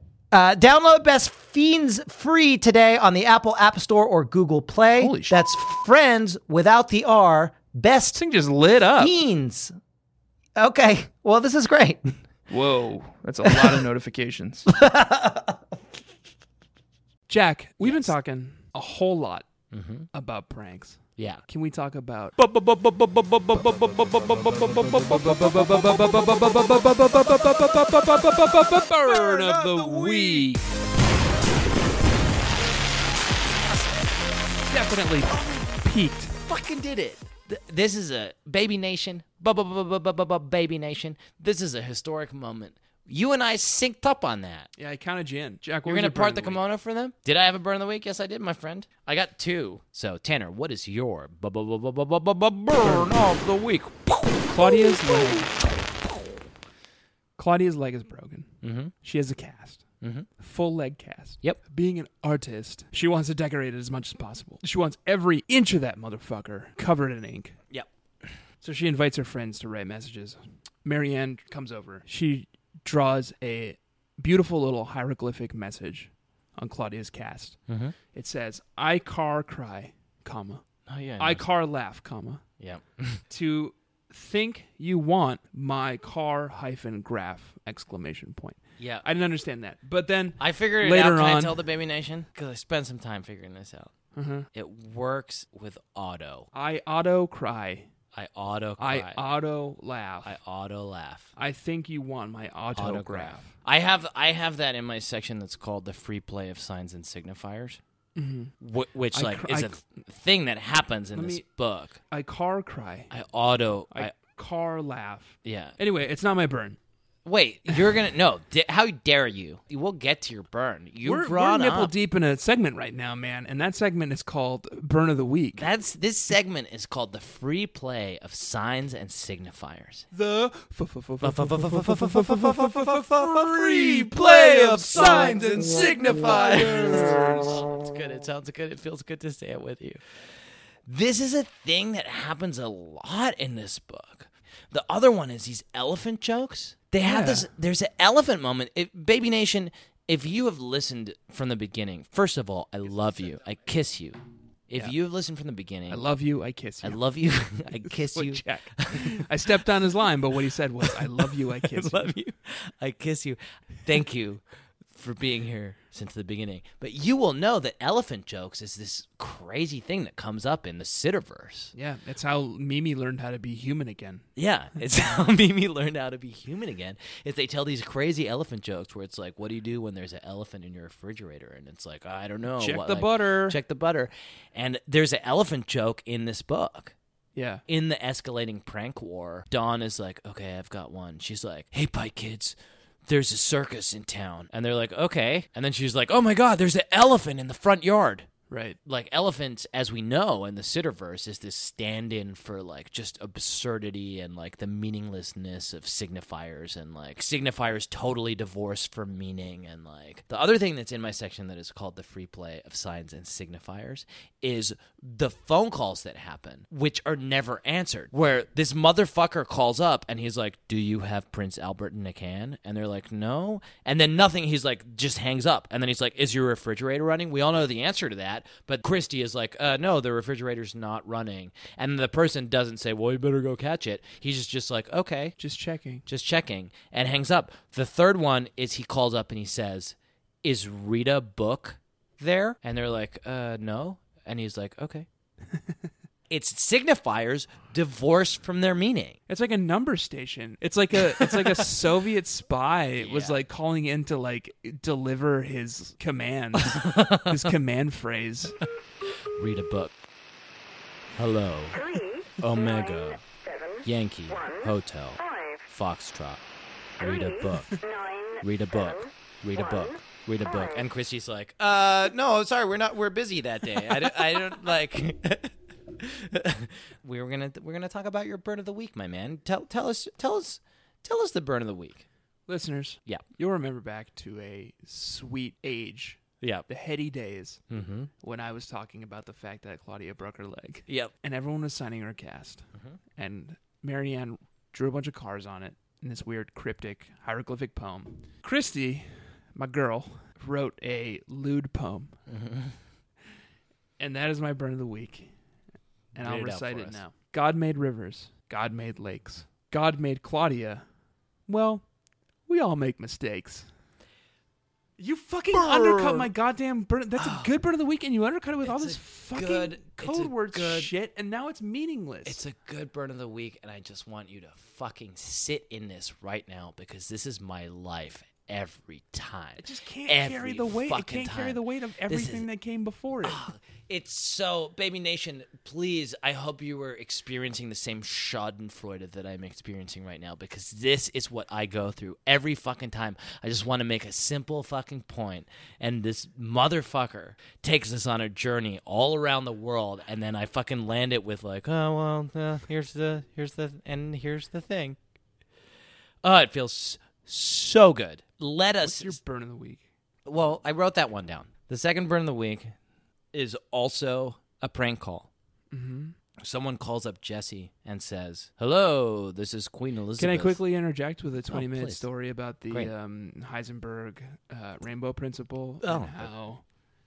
Speaker 4: Uh, download Best Fiends free today on the Apple App Store or Google Play.
Speaker 3: Holy sh-
Speaker 4: That's friends without the R.
Speaker 3: This
Speaker 4: Best
Speaker 3: thing just lit up.
Speaker 4: Fiends. Okay. Well, this is great.
Speaker 3: Whoa, that's a lot of notifications. Jack, we've been talking a whole lot about pranks.
Speaker 4: Yeah.
Speaker 3: Can we talk about burn of the week? Definitely peaked.
Speaker 1: fucking did it. Th- This is a baby nation, bu- bu- bu- bu- bu- bu- bu- baby nation. This is a historic moment. You and I synced up on that.
Speaker 3: Yeah, I counted you in. Jack,
Speaker 1: You're gonna part the kimono for them. Did I have a burn of the week? Yes, I did, my friend. I got two. So Tanner, what is your bu- bu- bu- bu- bu- bu- bu- bu- burn of the week?
Speaker 3: Claudia's leg. Claudia's leg is broken. Mm-hmm. She has a cast, mm-hmm. full leg cast.
Speaker 1: Yep.
Speaker 3: Being an artist, she wants to decorate it as much as possible. She wants every inch of that motherfucker covered in ink.
Speaker 1: Yep.
Speaker 3: So she invites her friends to write messages. Marianne comes over. She draws a beautiful little hieroglyphic message on Claudia's cast. Mm-hmm. It says, "I car cry, comma.
Speaker 1: Oh yeah.
Speaker 3: I car laugh, comma."
Speaker 1: yeah.
Speaker 3: to think you want my car hyphen graph exclamation point.
Speaker 1: Yeah.
Speaker 3: I didn't understand that, but then
Speaker 1: I figured it
Speaker 3: Later
Speaker 1: out. Can
Speaker 3: on-
Speaker 1: I tell the baby nation? Because I spent some time figuring this out. It works with auto.
Speaker 3: I auto cry.
Speaker 1: I auto
Speaker 3: I
Speaker 1: cry.
Speaker 3: auto laugh.
Speaker 1: I
Speaker 3: I,
Speaker 1: auto laugh.
Speaker 3: think you want my autograph.
Speaker 1: I have I have that in my section that's called the free play of signs and signifiers. wh- which
Speaker 3: I
Speaker 1: like
Speaker 3: cr-
Speaker 1: is
Speaker 3: I
Speaker 1: a th- thing that happens in
Speaker 3: Let
Speaker 1: this
Speaker 3: me-
Speaker 1: book.
Speaker 3: I car cry.
Speaker 1: I auto.
Speaker 3: I,
Speaker 1: I,
Speaker 3: car laugh.
Speaker 1: yeah.
Speaker 3: Anyway, it's not my burn.
Speaker 1: Wait, you're gonna no. Di- how dare you? We'll get to your burn. You
Speaker 3: we're, we're
Speaker 1: brought
Speaker 3: nipple
Speaker 1: up.
Speaker 3: deep in a segment right now, man, and that segment is called Burn of the Week.
Speaker 1: That's this segment is called the free play of signs and signifiers.
Speaker 3: the
Speaker 1: free
Speaker 3: play of signs and signifiers.
Speaker 1: It's good. It sounds good. It feels good to say it with you. This is a thing that happens a lot in this book. The other one is these elephant jokes. They have
Speaker 3: Yeah.
Speaker 1: this. There's an elephant moment. If Baby Nation, if you have listened from the beginning, first of all, I love you. I kiss you. If you have listened from the beginning,
Speaker 3: I love you. I kiss
Speaker 1: I
Speaker 3: you.
Speaker 1: love you. I kiss
Speaker 3: What
Speaker 1: you.
Speaker 3: Jack- I stepped on his line, but what he said was, "I love you. I kiss you."
Speaker 1: love you. I kiss you. Thank you for being here since the beginning. But you will know that elephant jokes is this crazy thing that comes up in the Sitterverse.
Speaker 3: Yeah, that's how Mimi learned how to be human again.
Speaker 1: Yeah, it's how Mimi learned how to be human again. Is they tell these crazy elephant jokes where it's like, "What do you do when there's an elephant in your refrigerator?" And it's like, "I don't know."
Speaker 3: Check
Speaker 1: what,
Speaker 3: the
Speaker 1: like,
Speaker 3: butter.
Speaker 1: Check the butter. And there's an elephant joke in this book.
Speaker 3: Yeah,
Speaker 1: in the escalating prank war, Dawn is like, okay, I've got one. She's like, hey, Pike kids, there's a circus in town. And they're like, okay. And then she's like, oh my God, there's an elephant in the front yard.
Speaker 3: right.
Speaker 1: Like, elephants, as we know in the Sitterverse, is this stand in for like just absurdity and like the meaninglessness of signifiers and like signifiers totally divorced from meaning. And like the other thing that's in my section that is called the free play of signs and signifiers is the phone calls that happen, which are never answered. Where this motherfucker calls up and he's like, Do you have Prince Albert in a can? And they're like, No. And then nothing. He's like, Just hangs up. And then he's like, Is your refrigerator running? We all know the answer to that. But Christy is like, uh, No, the refrigerator's not running. And the person doesn't say, Well, you better go catch it. He's just, just like, Okay,
Speaker 3: Just checking.
Speaker 1: just checking. And hangs up. The third one is he calls up and he says, Is Rita Book there? And they're like, uh, no. And he's like, okay. it's signifiers divorced from their meaning.
Speaker 3: It's like a number station. It's like a it's like a Soviet spy was like calling in to like deliver his commands, his command phrase.
Speaker 1: Read a book. Hello.
Speaker 5: Three,
Speaker 1: Omega.
Speaker 5: seven,
Speaker 1: Yankee. Hotel.
Speaker 5: five,
Speaker 1: Foxtrot. Read a book.
Speaker 5: nine,
Speaker 1: Read a book. Read a book. Read a book.
Speaker 3: Oh.
Speaker 1: And Christy's like, uh, no, sorry, we're not, we're busy that day. I don't, I don't like. we were gonna, we're gonna talk about your burn of the week, my man. Tell, tell us, tell us, tell us the burn of the week.
Speaker 3: Listeners,
Speaker 1: Yeah.
Speaker 3: you'll remember back to a sweet age,
Speaker 1: Yeah.
Speaker 3: the heady days
Speaker 1: Mm-hmm.
Speaker 3: when I was talking about the fact that Claudia broke her leg,
Speaker 1: Yep. Mm-hmm.
Speaker 3: and everyone was signing her cast, and Marianne drew a bunch of cars on it in this weird cryptic hieroglyphic poem. Christy, my girl, wrote a lewd poem,
Speaker 1: Mm-hmm.
Speaker 3: and that is my burn of the week. And
Speaker 1: Read
Speaker 3: I'll
Speaker 1: it out
Speaker 3: recite
Speaker 1: for
Speaker 3: it
Speaker 1: us.
Speaker 3: now. God made rivers. God made lakes. God made Claudia. Well, we all make mistakes. You fucking undercut my goddamn burn. That's a good burn of the week, and you undercut it with all
Speaker 1: It's
Speaker 3: this
Speaker 1: Ah. a
Speaker 3: fucking
Speaker 1: good- it's a
Speaker 3: code word
Speaker 1: good-
Speaker 3: shit, and now it's meaningless.
Speaker 1: It's a good burn of the week, and I just want you to fucking sit in this right now because this is my life every time.
Speaker 3: it just can't
Speaker 1: Every
Speaker 3: carry the weight. It
Speaker 1: fucking
Speaker 3: can't carry
Speaker 1: time.
Speaker 3: the weight of
Speaker 1: This is-
Speaker 3: everything that came before it.
Speaker 1: Ah, it's so baby nation please i hope you were experiencing the same schadenfreude that i'm experiencing right now because this is what i go through every fucking time i just want to make a simple fucking point and this motherfucker takes us on a journey all around the world and then i fucking land it with like oh well uh, here's the here's the and here's the thing oh it feels so good let us
Speaker 3: It's your burn of the week.
Speaker 1: well, I wrote that one down. The second burn of the week is also a prank call.
Speaker 3: Mm-hmm.
Speaker 1: Someone calls up Jesse and says, "Hello, this is Queen Elizabeth." Oh,
Speaker 3: Can I quickly interject with a 20 minute
Speaker 1: please.
Speaker 3: story about
Speaker 1: Great.
Speaker 3: the um, Heisenberg uh, rainbow principle?
Speaker 1: Oh.
Speaker 3: and how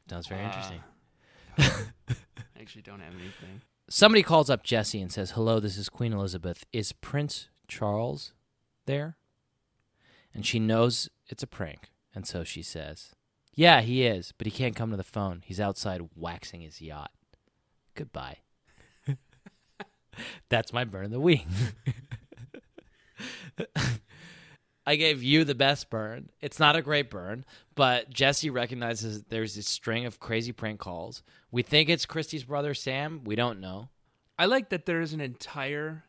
Speaker 1: Sounds very
Speaker 3: Ah.
Speaker 1: interesting.
Speaker 3: I actually don't have anything.
Speaker 1: Somebody calls up Jesse and says, "Hello, this is Queen Elizabeth. Is Prince Charles there?" And she knows it's a prank, and so she says, "Yeah, he is, but he can't come to the phone. He's outside waxing his yacht. Goodbye." That's my burn of the week. I gave you the best burn. It's not a great burn, but Jesse recognizes that there's this string of crazy prank calls. We think it's Christie's brother Sam. We don't know.
Speaker 3: I like that there is an entire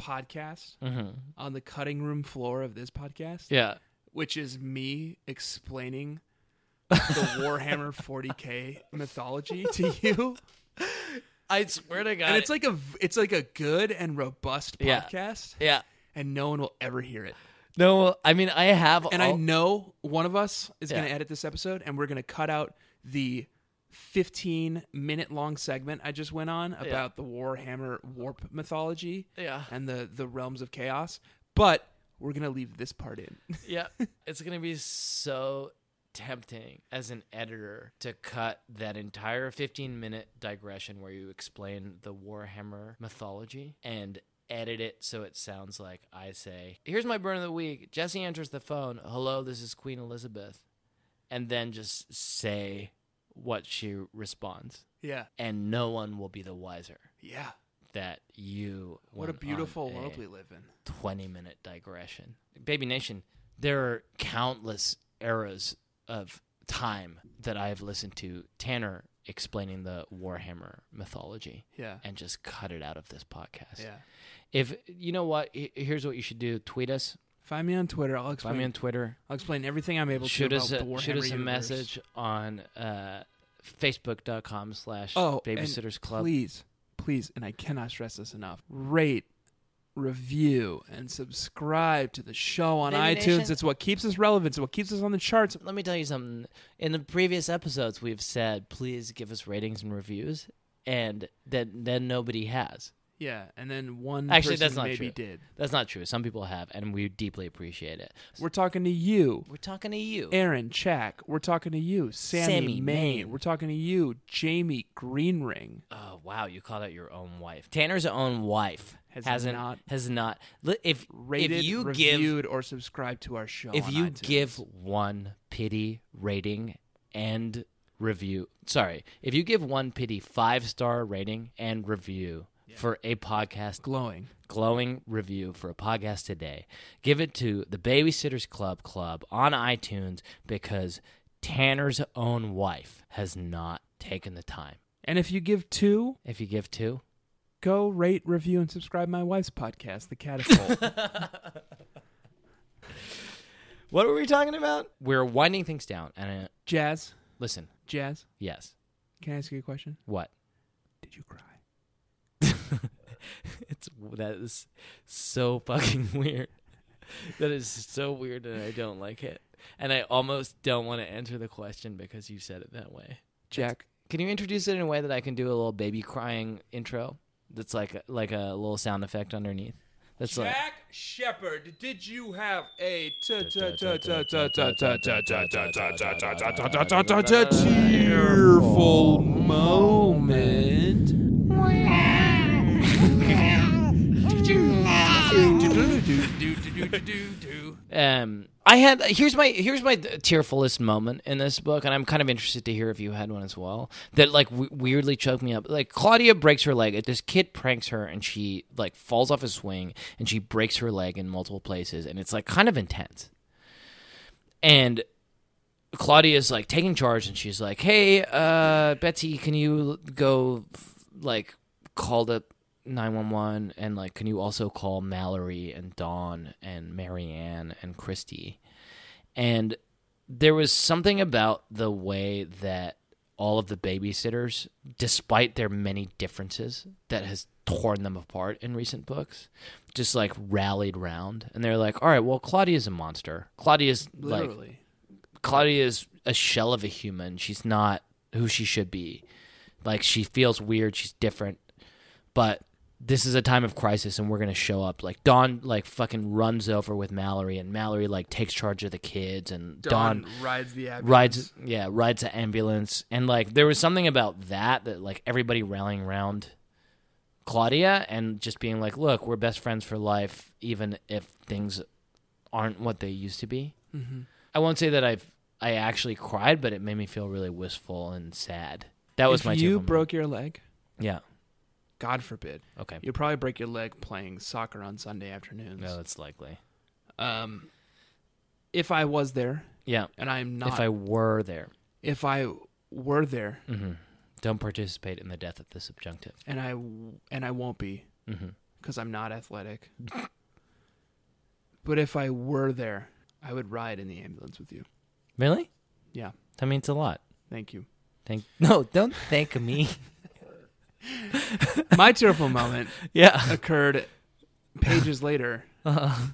Speaker 3: podcast
Speaker 1: Mm-hmm.
Speaker 3: on the cutting room floor of this podcast,
Speaker 1: Yeah.
Speaker 3: which is me explaining the Warhammer 40K mythology to you.
Speaker 1: I swear to God.
Speaker 3: And it's like a it's like a good and robust
Speaker 1: Yeah.
Speaker 3: podcast
Speaker 1: yeah.
Speaker 3: and no one will ever hear it.
Speaker 1: No, I mean, I have.
Speaker 3: And I
Speaker 1: all-
Speaker 3: know one of us is going to
Speaker 1: Yeah.
Speaker 3: edit this episode, and we're going to cut out the 15 minute long segment I just went on about the Warhammer warp mythology
Speaker 1: Yeah.
Speaker 3: and the, the realms of chaos. But we're going to leave this part in.
Speaker 1: yeah. It's going to be so tempting as an editor to cut that entire 15 minute digression where you explain the Warhammer mythology and edit it so it sounds like I say, Here's my burn of the week. Jesse answers the phone. Hello, this is Queen Elizabeth. And then just say what she responds.
Speaker 3: yeah.
Speaker 1: And no one will be the wiser
Speaker 3: Yeah.
Speaker 1: that you.
Speaker 3: What a
Speaker 1: went on
Speaker 3: beautiful world
Speaker 1: a-
Speaker 3: we live in.
Speaker 1: 20 minute digression. Baby Nation, there are countless eras of time that I have listened to Tanner explaining the Warhammer mythology
Speaker 3: Yeah.
Speaker 1: and just cut it out of this podcast.
Speaker 3: Yeah.
Speaker 1: If you know what, he- here's what you should do tweet us,
Speaker 3: Find me on Twitter. I'll explain,
Speaker 1: find me on Twitter,
Speaker 3: I'll explain everything I'm able
Speaker 1: shoot
Speaker 3: to
Speaker 1: us
Speaker 3: about
Speaker 1: a,
Speaker 3: the Warhammer
Speaker 1: shoot us a
Speaker 3: universe.
Speaker 1: message on uh, facebook.com slash
Speaker 3: Oh, and
Speaker 1: babysitters club.
Speaker 3: Please, please, and I cannot stress this enough. Rate, review, and subscribe to the show on
Speaker 1: Baby
Speaker 3: iTunes.
Speaker 1: Nation.
Speaker 3: It's what keeps us relevant. It's what keeps us on the charts.
Speaker 1: Let me tell you something. In the previous episodes, we've said please give us ratings and reviews, and then then nobody has.
Speaker 3: Yeah, and then one
Speaker 1: Actually,
Speaker 3: person
Speaker 1: that's not
Speaker 3: maybe
Speaker 1: true.
Speaker 3: did.
Speaker 1: That's not true. Some people have, and we deeply appreciate it.
Speaker 3: We're talking to you,
Speaker 1: We're talking to you.
Speaker 3: Aaron Chack. We're talking to you, Sammy,
Speaker 1: Sammy
Speaker 3: Maine.
Speaker 1: Maine.
Speaker 3: We're talking to you, Jamie Greenring.
Speaker 1: oh wow, you called out your own wife. Tanner's own wife
Speaker 3: Has
Speaker 1: hasn't
Speaker 3: not-
Speaker 1: has not. Li- If
Speaker 3: Rated,
Speaker 1: if you give
Speaker 3: reviewed, or subscribed to our show.
Speaker 1: if
Speaker 3: on
Speaker 1: you
Speaker 3: iTunes.
Speaker 1: give one pity rating and review sorry if you give one pity five star rating and review for a podcast
Speaker 3: glowing,
Speaker 1: glowing review for a podcast today. Give it to the Babysitters Club Club on iTunes because Tanner's own wife has not taken the time.
Speaker 3: and if you give two,
Speaker 1: If you give two,
Speaker 3: go rate, review, and subscribe my wife's podcast, The Catapult.
Speaker 1: what were we talking about? We're winding things down. And uh,
Speaker 3: Jazz,
Speaker 1: listen,
Speaker 3: Jazz,
Speaker 1: yes,
Speaker 3: can I ask you a question?
Speaker 1: what?
Speaker 3: Did you cry?
Speaker 1: It's that is so fucking weird. That is so weird, and I don't like it. And I almost don't want to answer the question because you said it that way.
Speaker 3: Jack,
Speaker 1: Can you introduce it in a way that I can do a little baby crying intro? That's like like a little sound effect underneath. That's like
Speaker 3: Shepard, did you have a tearful moment?
Speaker 1: um I had here's my here's my tearfulest moment in this book, and I'm kind of interested to hear if you had one as well. That like w- weirdly choked me up. Like Claudia breaks her leg. uh, This kid pranks her, and she like falls off a swing, and she breaks her leg in multiple places, and it's like kind of intense. And Claudia's like taking charge and she's like, "Hey, uh, Betsy, can you go f- like call the 911 and like can you also call Mallory and Dawn and Marianne and Christy?" And there was something about the way that all of the babysitters, despite their many differences, that has torn them apart in recent books, just like rallied round and they're like, "All right, well, Claudia's a monster. Claudia's like
Speaker 3: Literally.
Speaker 1: Claudia is a shell of a human. She's not who she should be. Like she feels weird. She's different. But this is a time of crisis, and we're gonna show up. Like Dawn, like fucking runs over with Mallory, and Mallory like takes charge of the kids, and Dawn,
Speaker 3: rides the ambulance.
Speaker 1: rides, yeah, rides the ambulance, and like there was something about that that like everybody rallying around Claudia and just being like, look, we're best friends for life, even if things aren't what they used to be.
Speaker 3: Mm-hmm.
Speaker 1: I won't say that I've I actually cried, but it made me feel really wistful and sad. That was
Speaker 3: if
Speaker 1: my
Speaker 3: you
Speaker 1: tearful moment.
Speaker 3: broke your leg,
Speaker 1: Yeah.
Speaker 3: God forbid,
Speaker 1: Okay.
Speaker 3: you'd probably break your leg playing soccer on Sunday afternoons.
Speaker 1: No, it's likely.
Speaker 3: Um, if I was there,
Speaker 1: Yeah.
Speaker 3: and I'm not.
Speaker 1: If I were there,
Speaker 3: if I were there,
Speaker 1: don't participate in the death of the subjunctive.
Speaker 3: and I w- and I won't be
Speaker 1: Mm-hmm.
Speaker 3: because I'm not athletic. but if I were there, I would ride in the ambulance with you.
Speaker 1: Really?
Speaker 3: Yeah,
Speaker 1: That means a lot.
Speaker 3: thank you.
Speaker 1: Thank No, don't thank me.
Speaker 3: My tearful moment
Speaker 1: yeah.
Speaker 3: occurred pages later
Speaker 1: Uh-huh.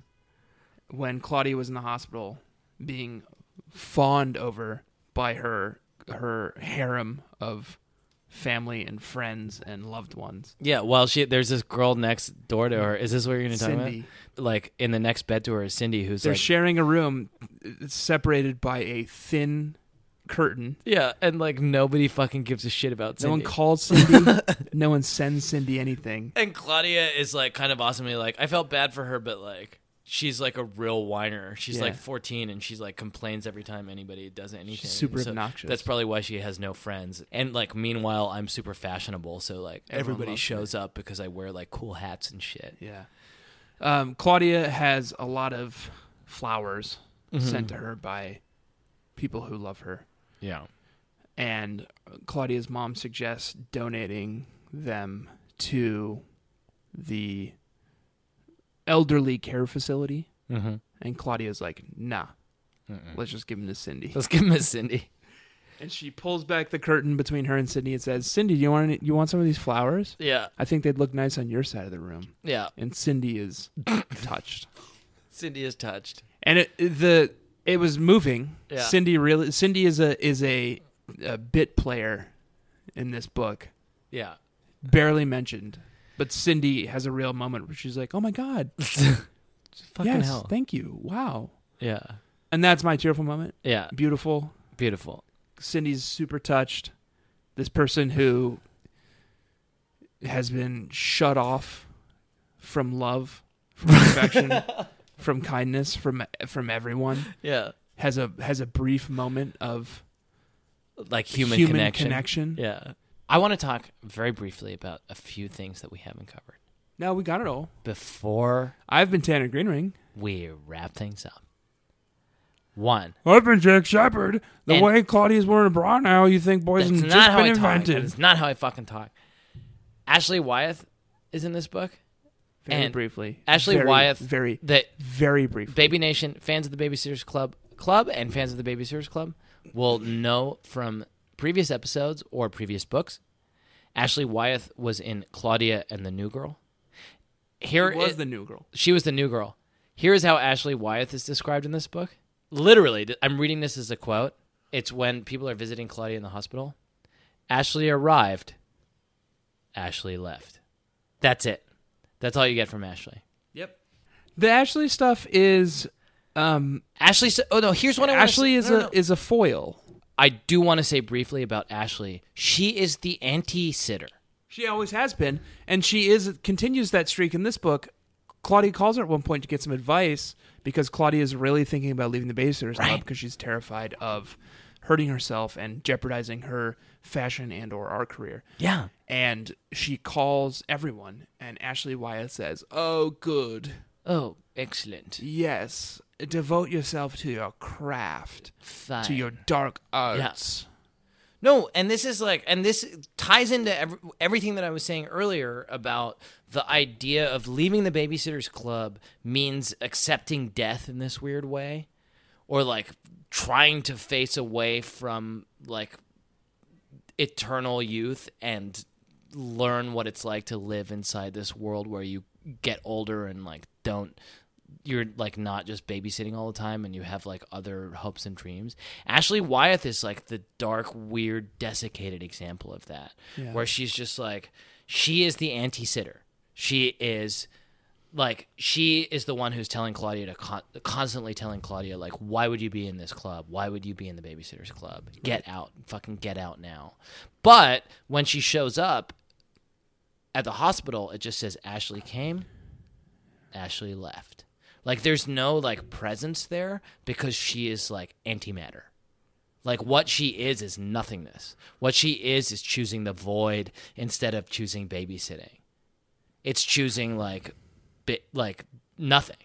Speaker 3: when Claudia was in the hospital being fawned over by her her harem of family and friends and loved ones.
Speaker 1: Yeah, well, she there's this girl next door to her. Is this what you're going to talk about?
Speaker 3: Cindy.
Speaker 1: Like in the next bed to her is Cindy who's
Speaker 3: They're
Speaker 1: like
Speaker 3: sharing a room uh, separated by a thin curtain.
Speaker 1: Yeah, and like nobody fucking gives a shit about Cindy.
Speaker 3: No one calls Cindy. no one sends Cindy anything.
Speaker 1: and Claudia is like kind of awesomely like I felt bad for her, but like she's like a real whiner. She's
Speaker 3: Yeah.
Speaker 1: like 14 and she's like complains every time anybody does anything.
Speaker 3: She's super
Speaker 1: And so
Speaker 3: obnoxious.
Speaker 1: That's probably why she has no friends. And like meanwhile, I'm super fashionable, so like
Speaker 3: Everyone
Speaker 1: everybody
Speaker 3: loves
Speaker 1: shows up because I wear like cool hats and shit.
Speaker 3: Yeah. Um, Claudia has a lot of flowers
Speaker 1: Mm-hmm.
Speaker 3: sent to her by people who love her.
Speaker 1: Yeah.
Speaker 3: And Claudia's mom suggests donating them to the elderly care facility.
Speaker 1: Mm-hmm.
Speaker 3: And Claudia's like, nah, let's just give them to Cindy.
Speaker 1: Let's give him a Cindy.
Speaker 3: And she pulls back the curtain between her and Cindy and says, Cindy, do you want, any, you want some of these flowers?
Speaker 1: Yeah,
Speaker 3: I think they'd look nice on your side of the room.
Speaker 1: yeah.
Speaker 3: And Cindy is touched.
Speaker 1: Cindy is touched.
Speaker 3: and it the it was moving.
Speaker 1: Yeah.
Speaker 3: Cindy really Cindy is a is a, a bit player in this book,
Speaker 1: Yeah.
Speaker 3: barely mentioned, but Cindy has a real moment where she's like, "Oh my god,
Speaker 1: Fucking
Speaker 3: yes,
Speaker 1: hell.
Speaker 3: thank you, wow!"
Speaker 1: yeah.
Speaker 3: And that's my tearful moment.
Speaker 1: Yeah.
Speaker 3: Beautiful.
Speaker 1: Beautiful.
Speaker 3: Cindy's super touched. This person who has been shut off from love, from affection, from kindness, from from everyone.
Speaker 1: Yeah.
Speaker 3: has a has a brief moment of
Speaker 1: Like human,
Speaker 3: human
Speaker 1: connection.
Speaker 3: connection.
Speaker 1: Yeah. I want to talk very briefly about a few things that we haven't covered
Speaker 3: No, we got it all.
Speaker 1: before
Speaker 3: I've been Tanner Greenring.
Speaker 1: we wrap things up. One.
Speaker 3: I've been Jack Shepard. The
Speaker 1: And-
Speaker 3: way Claudia's wearing a bra now, you think boys
Speaker 1: That's
Speaker 3: and
Speaker 1: not
Speaker 3: just
Speaker 1: how
Speaker 3: been
Speaker 1: I talk.
Speaker 3: invented.
Speaker 1: That's not how I fucking talk. Ashley Wyeth is in this book.
Speaker 3: Very
Speaker 1: and
Speaker 3: briefly.
Speaker 1: Ashley
Speaker 3: Very,
Speaker 1: Wyeth,
Speaker 3: Very,
Speaker 1: the
Speaker 3: very briefly.
Speaker 1: Baby Nation fans of the Babysitters Club Club and fans of the Babysitters Club will know from previous episodes or previous books. Ashley Wyeth was in Claudia and the New Girl. Here
Speaker 3: She was
Speaker 1: i-
Speaker 3: the new girl.
Speaker 1: she was the new girl. Here is how Ashley Wyeth is described in this book. Literally, th- I'm reading this as a quote. It's when people are visiting Claudia in the hospital. Ashley arrived. Ashley left. That's it. That's all you get from Ashley.
Speaker 3: Yep. The Ashley stuff is um
Speaker 1: Ashley. s- Oh no. Here's what I want
Speaker 3: Ashley is a is a foil.
Speaker 1: I do want to say briefly about Ashley. She is the anti-sitter.
Speaker 3: She always has been, and she is continues that streak in this book. Claudia calls her at one point to get some advice because Claudia is really thinking about leaving the Babysitters Club
Speaker 1: Right.
Speaker 3: because she's terrified of hurting herself and jeopardizing her fashion and or art career.
Speaker 1: Yeah.
Speaker 3: And she calls everyone, and Ashley Wyatt says, "Oh, good,
Speaker 1: Oh, excellent.
Speaker 3: yes, devote yourself to your craft,
Speaker 1: Fine.
Speaker 3: to your dark arts."
Speaker 1: No, and this is like, and this ties into ev- everything that I was saying earlier about the idea of leaving the babysitters club means accepting death in this weird way, or like trying to face away from like eternal youth and learn what it's like to live inside this world where you get older and like don't you're like not just babysitting all the time and you have like other hopes and dreams. Ashley Wyeth is like the dark, weird, desiccated example of that, where she's just like, she is the anti sitter. She is like, she is the one who's telling Claudia to con- constantly telling Claudia, like, why would you be in this club? Why would you be in the babysitters club? Get out, fucking get out now. But when she shows up at the hospital, it just says Ashley came. Ashley left. Like there's no like presence there because she is like antimatter. Like what she is is nothingness. What she is is choosing the void instead of choosing babysitting. It's choosing like bit like nothing.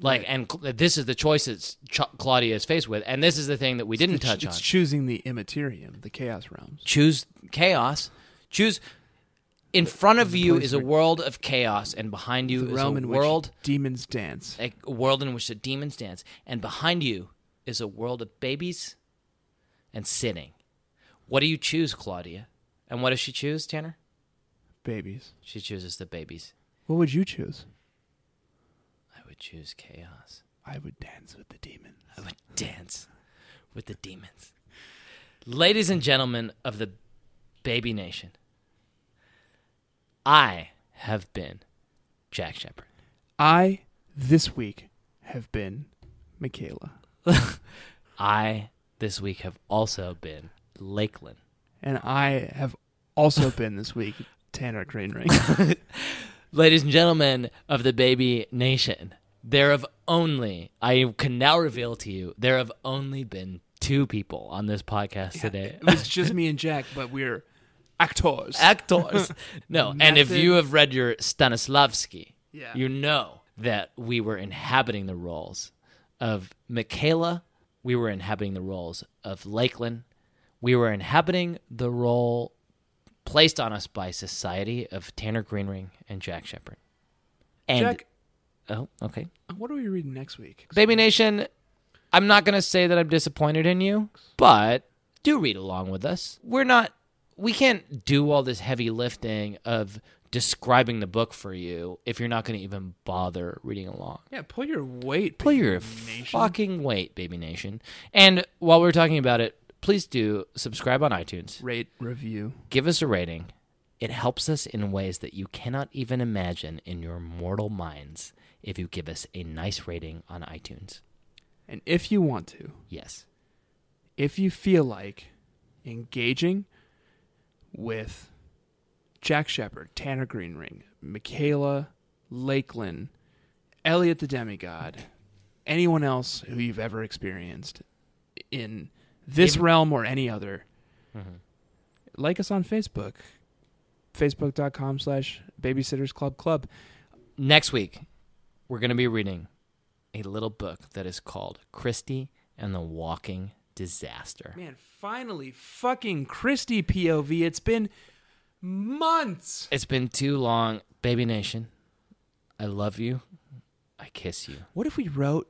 Speaker 1: Like, and cl- this is the choices Ch- Claudia is faced with, and this is the thing that we didn't
Speaker 3: It's-
Speaker 1: touch on.
Speaker 3: It's choosing the immaterium, the chaos realms.
Speaker 1: choose chaos. Choose. In front of you is a world of chaos, and behind you
Speaker 3: The
Speaker 1: is
Speaker 3: realm
Speaker 1: a
Speaker 3: in
Speaker 1: world
Speaker 3: which demons dance.
Speaker 1: a world in which the demons dance, and behind you is a world of babies and sinning. What do you choose, Claudia? And what does she choose, Tanner?
Speaker 3: Babies.
Speaker 1: She chooses the babies.
Speaker 3: What would you choose?
Speaker 1: I would choose chaos.
Speaker 3: I would dance with the demons.
Speaker 1: I would dance with the demons. Ladies and gentlemen of the Baby Nation, I have been Jack Shepard.
Speaker 3: I this week have been Michaela,
Speaker 1: I this week have also been Lakeland.
Speaker 3: and I have also been this week Tanner Greenring.
Speaker 1: Ladies and gentlemen of the Baby Nation, there have only, I can now reveal to you, there have only been two people on this podcast today.
Speaker 3: it was just me and Jack, but we're actors.
Speaker 1: Actors. No, and if
Speaker 3: Method.
Speaker 1: you have read your Stanislavski,
Speaker 3: Yeah.
Speaker 1: you know that we were inhabiting the roles of Michaela, we were inhabiting the roles of Lakeland, we were inhabiting the role placed on us by society of Tanner Greenring and Jack Shepard. And
Speaker 3: Jack,
Speaker 1: Oh, okay.
Speaker 3: what are we reading next week?
Speaker 1: Baby Nation, I'm not going to say that I'm disappointed in you, but do read along with us. We're not, we can't do all this heavy lifting of describing the book for you if you're not going to even bother reading along.
Speaker 3: Yeah, pull your weight.
Speaker 1: Pull your fucking weight, Baby Nation. And while we're talking about it, please do subscribe on iTunes,
Speaker 3: rate review.
Speaker 1: give us a rating. It helps us in ways that you cannot even imagine in your mortal minds if you give us a nice rating on iTunes.
Speaker 3: And if you want to,
Speaker 1: Yes.
Speaker 3: if you feel like engaging with Jack Shepard, Tanner Greenring, Michaela Lakeland, Elliot the Demigod, anyone else who you've ever experienced in this realm or any other, Mm-hmm. like us on Facebook, facebook.com slash babysitters club club.
Speaker 1: next week we're going to be reading a little book that is called Christie and the Walking Disaster.
Speaker 3: Man, finally, fucking Christy POV. It's been months.
Speaker 1: It's been too long, baby nation. I love you. I kiss you.
Speaker 3: What if we wrote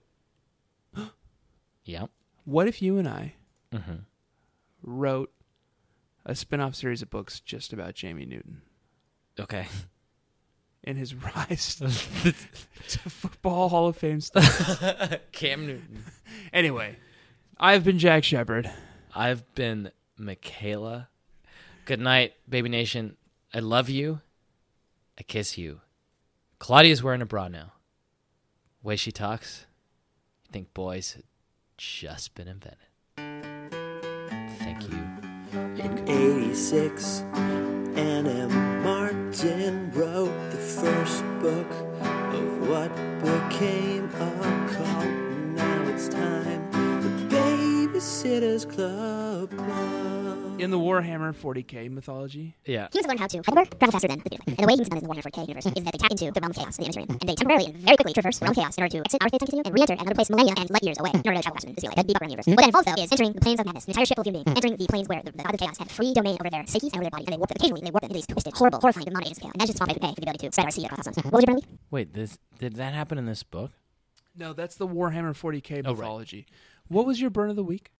Speaker 1: Yep.
Speaker 3: What if you and I
Speaker 1: Mm-hmm.
Speaker 3: wrote a spin off series of books just about Jamie Newton
Speaker 1: Okay.
Speaker 3: and his rise to football Hall of Fame stuff?
Speaker 1: Cam Newton.
Speaker 3: Anyway, I've been Jack Shepard.
Speaker 1: I've been Michaela. Good night, baby nation. I love you. I kiss you. Claudia's wearing a bra now. way she talks, I think boys had just been invented. Thank you.
Speaker 2: In 86, N.M. Martin wrote the first book of what became a cult. Now it's time for Babysitters Club. Club.
Speaker 3: In the Warhammer 40k mythology,
Speaker 1: Yeah.
Speaker 5: Humans learn how to Heidelberg, travel faster than the beautiful. And the way humans have done this in the Warhammer 40k universe is that they tap into the realm of chaos, the immaterium, and they temporarily and very quickly traverse the realm of chaos in order to exit our time continuum and re-enter another place millennia and light years away in order to travel faster than the speed of light. That'd be around the universe. What that involves though is entering the planes of madness, an entire ship full of human beings, entering the planes where the, the god of chaos had free domain over their psyches and over their bodies, and they warp them occasionally. They warp them into these twisted, horrible, horrifying, demonic agents of chaos. And that's just what we pay for the ability to spread our seed across cosmos. What was your burn week?
Speaker 1: Wait, this did that happen in this book?
Speaker 3: no, that's the Warhammer 40k
Speaker 1: Oh, right.
Speaker 3: mythology. What was your burn of the week?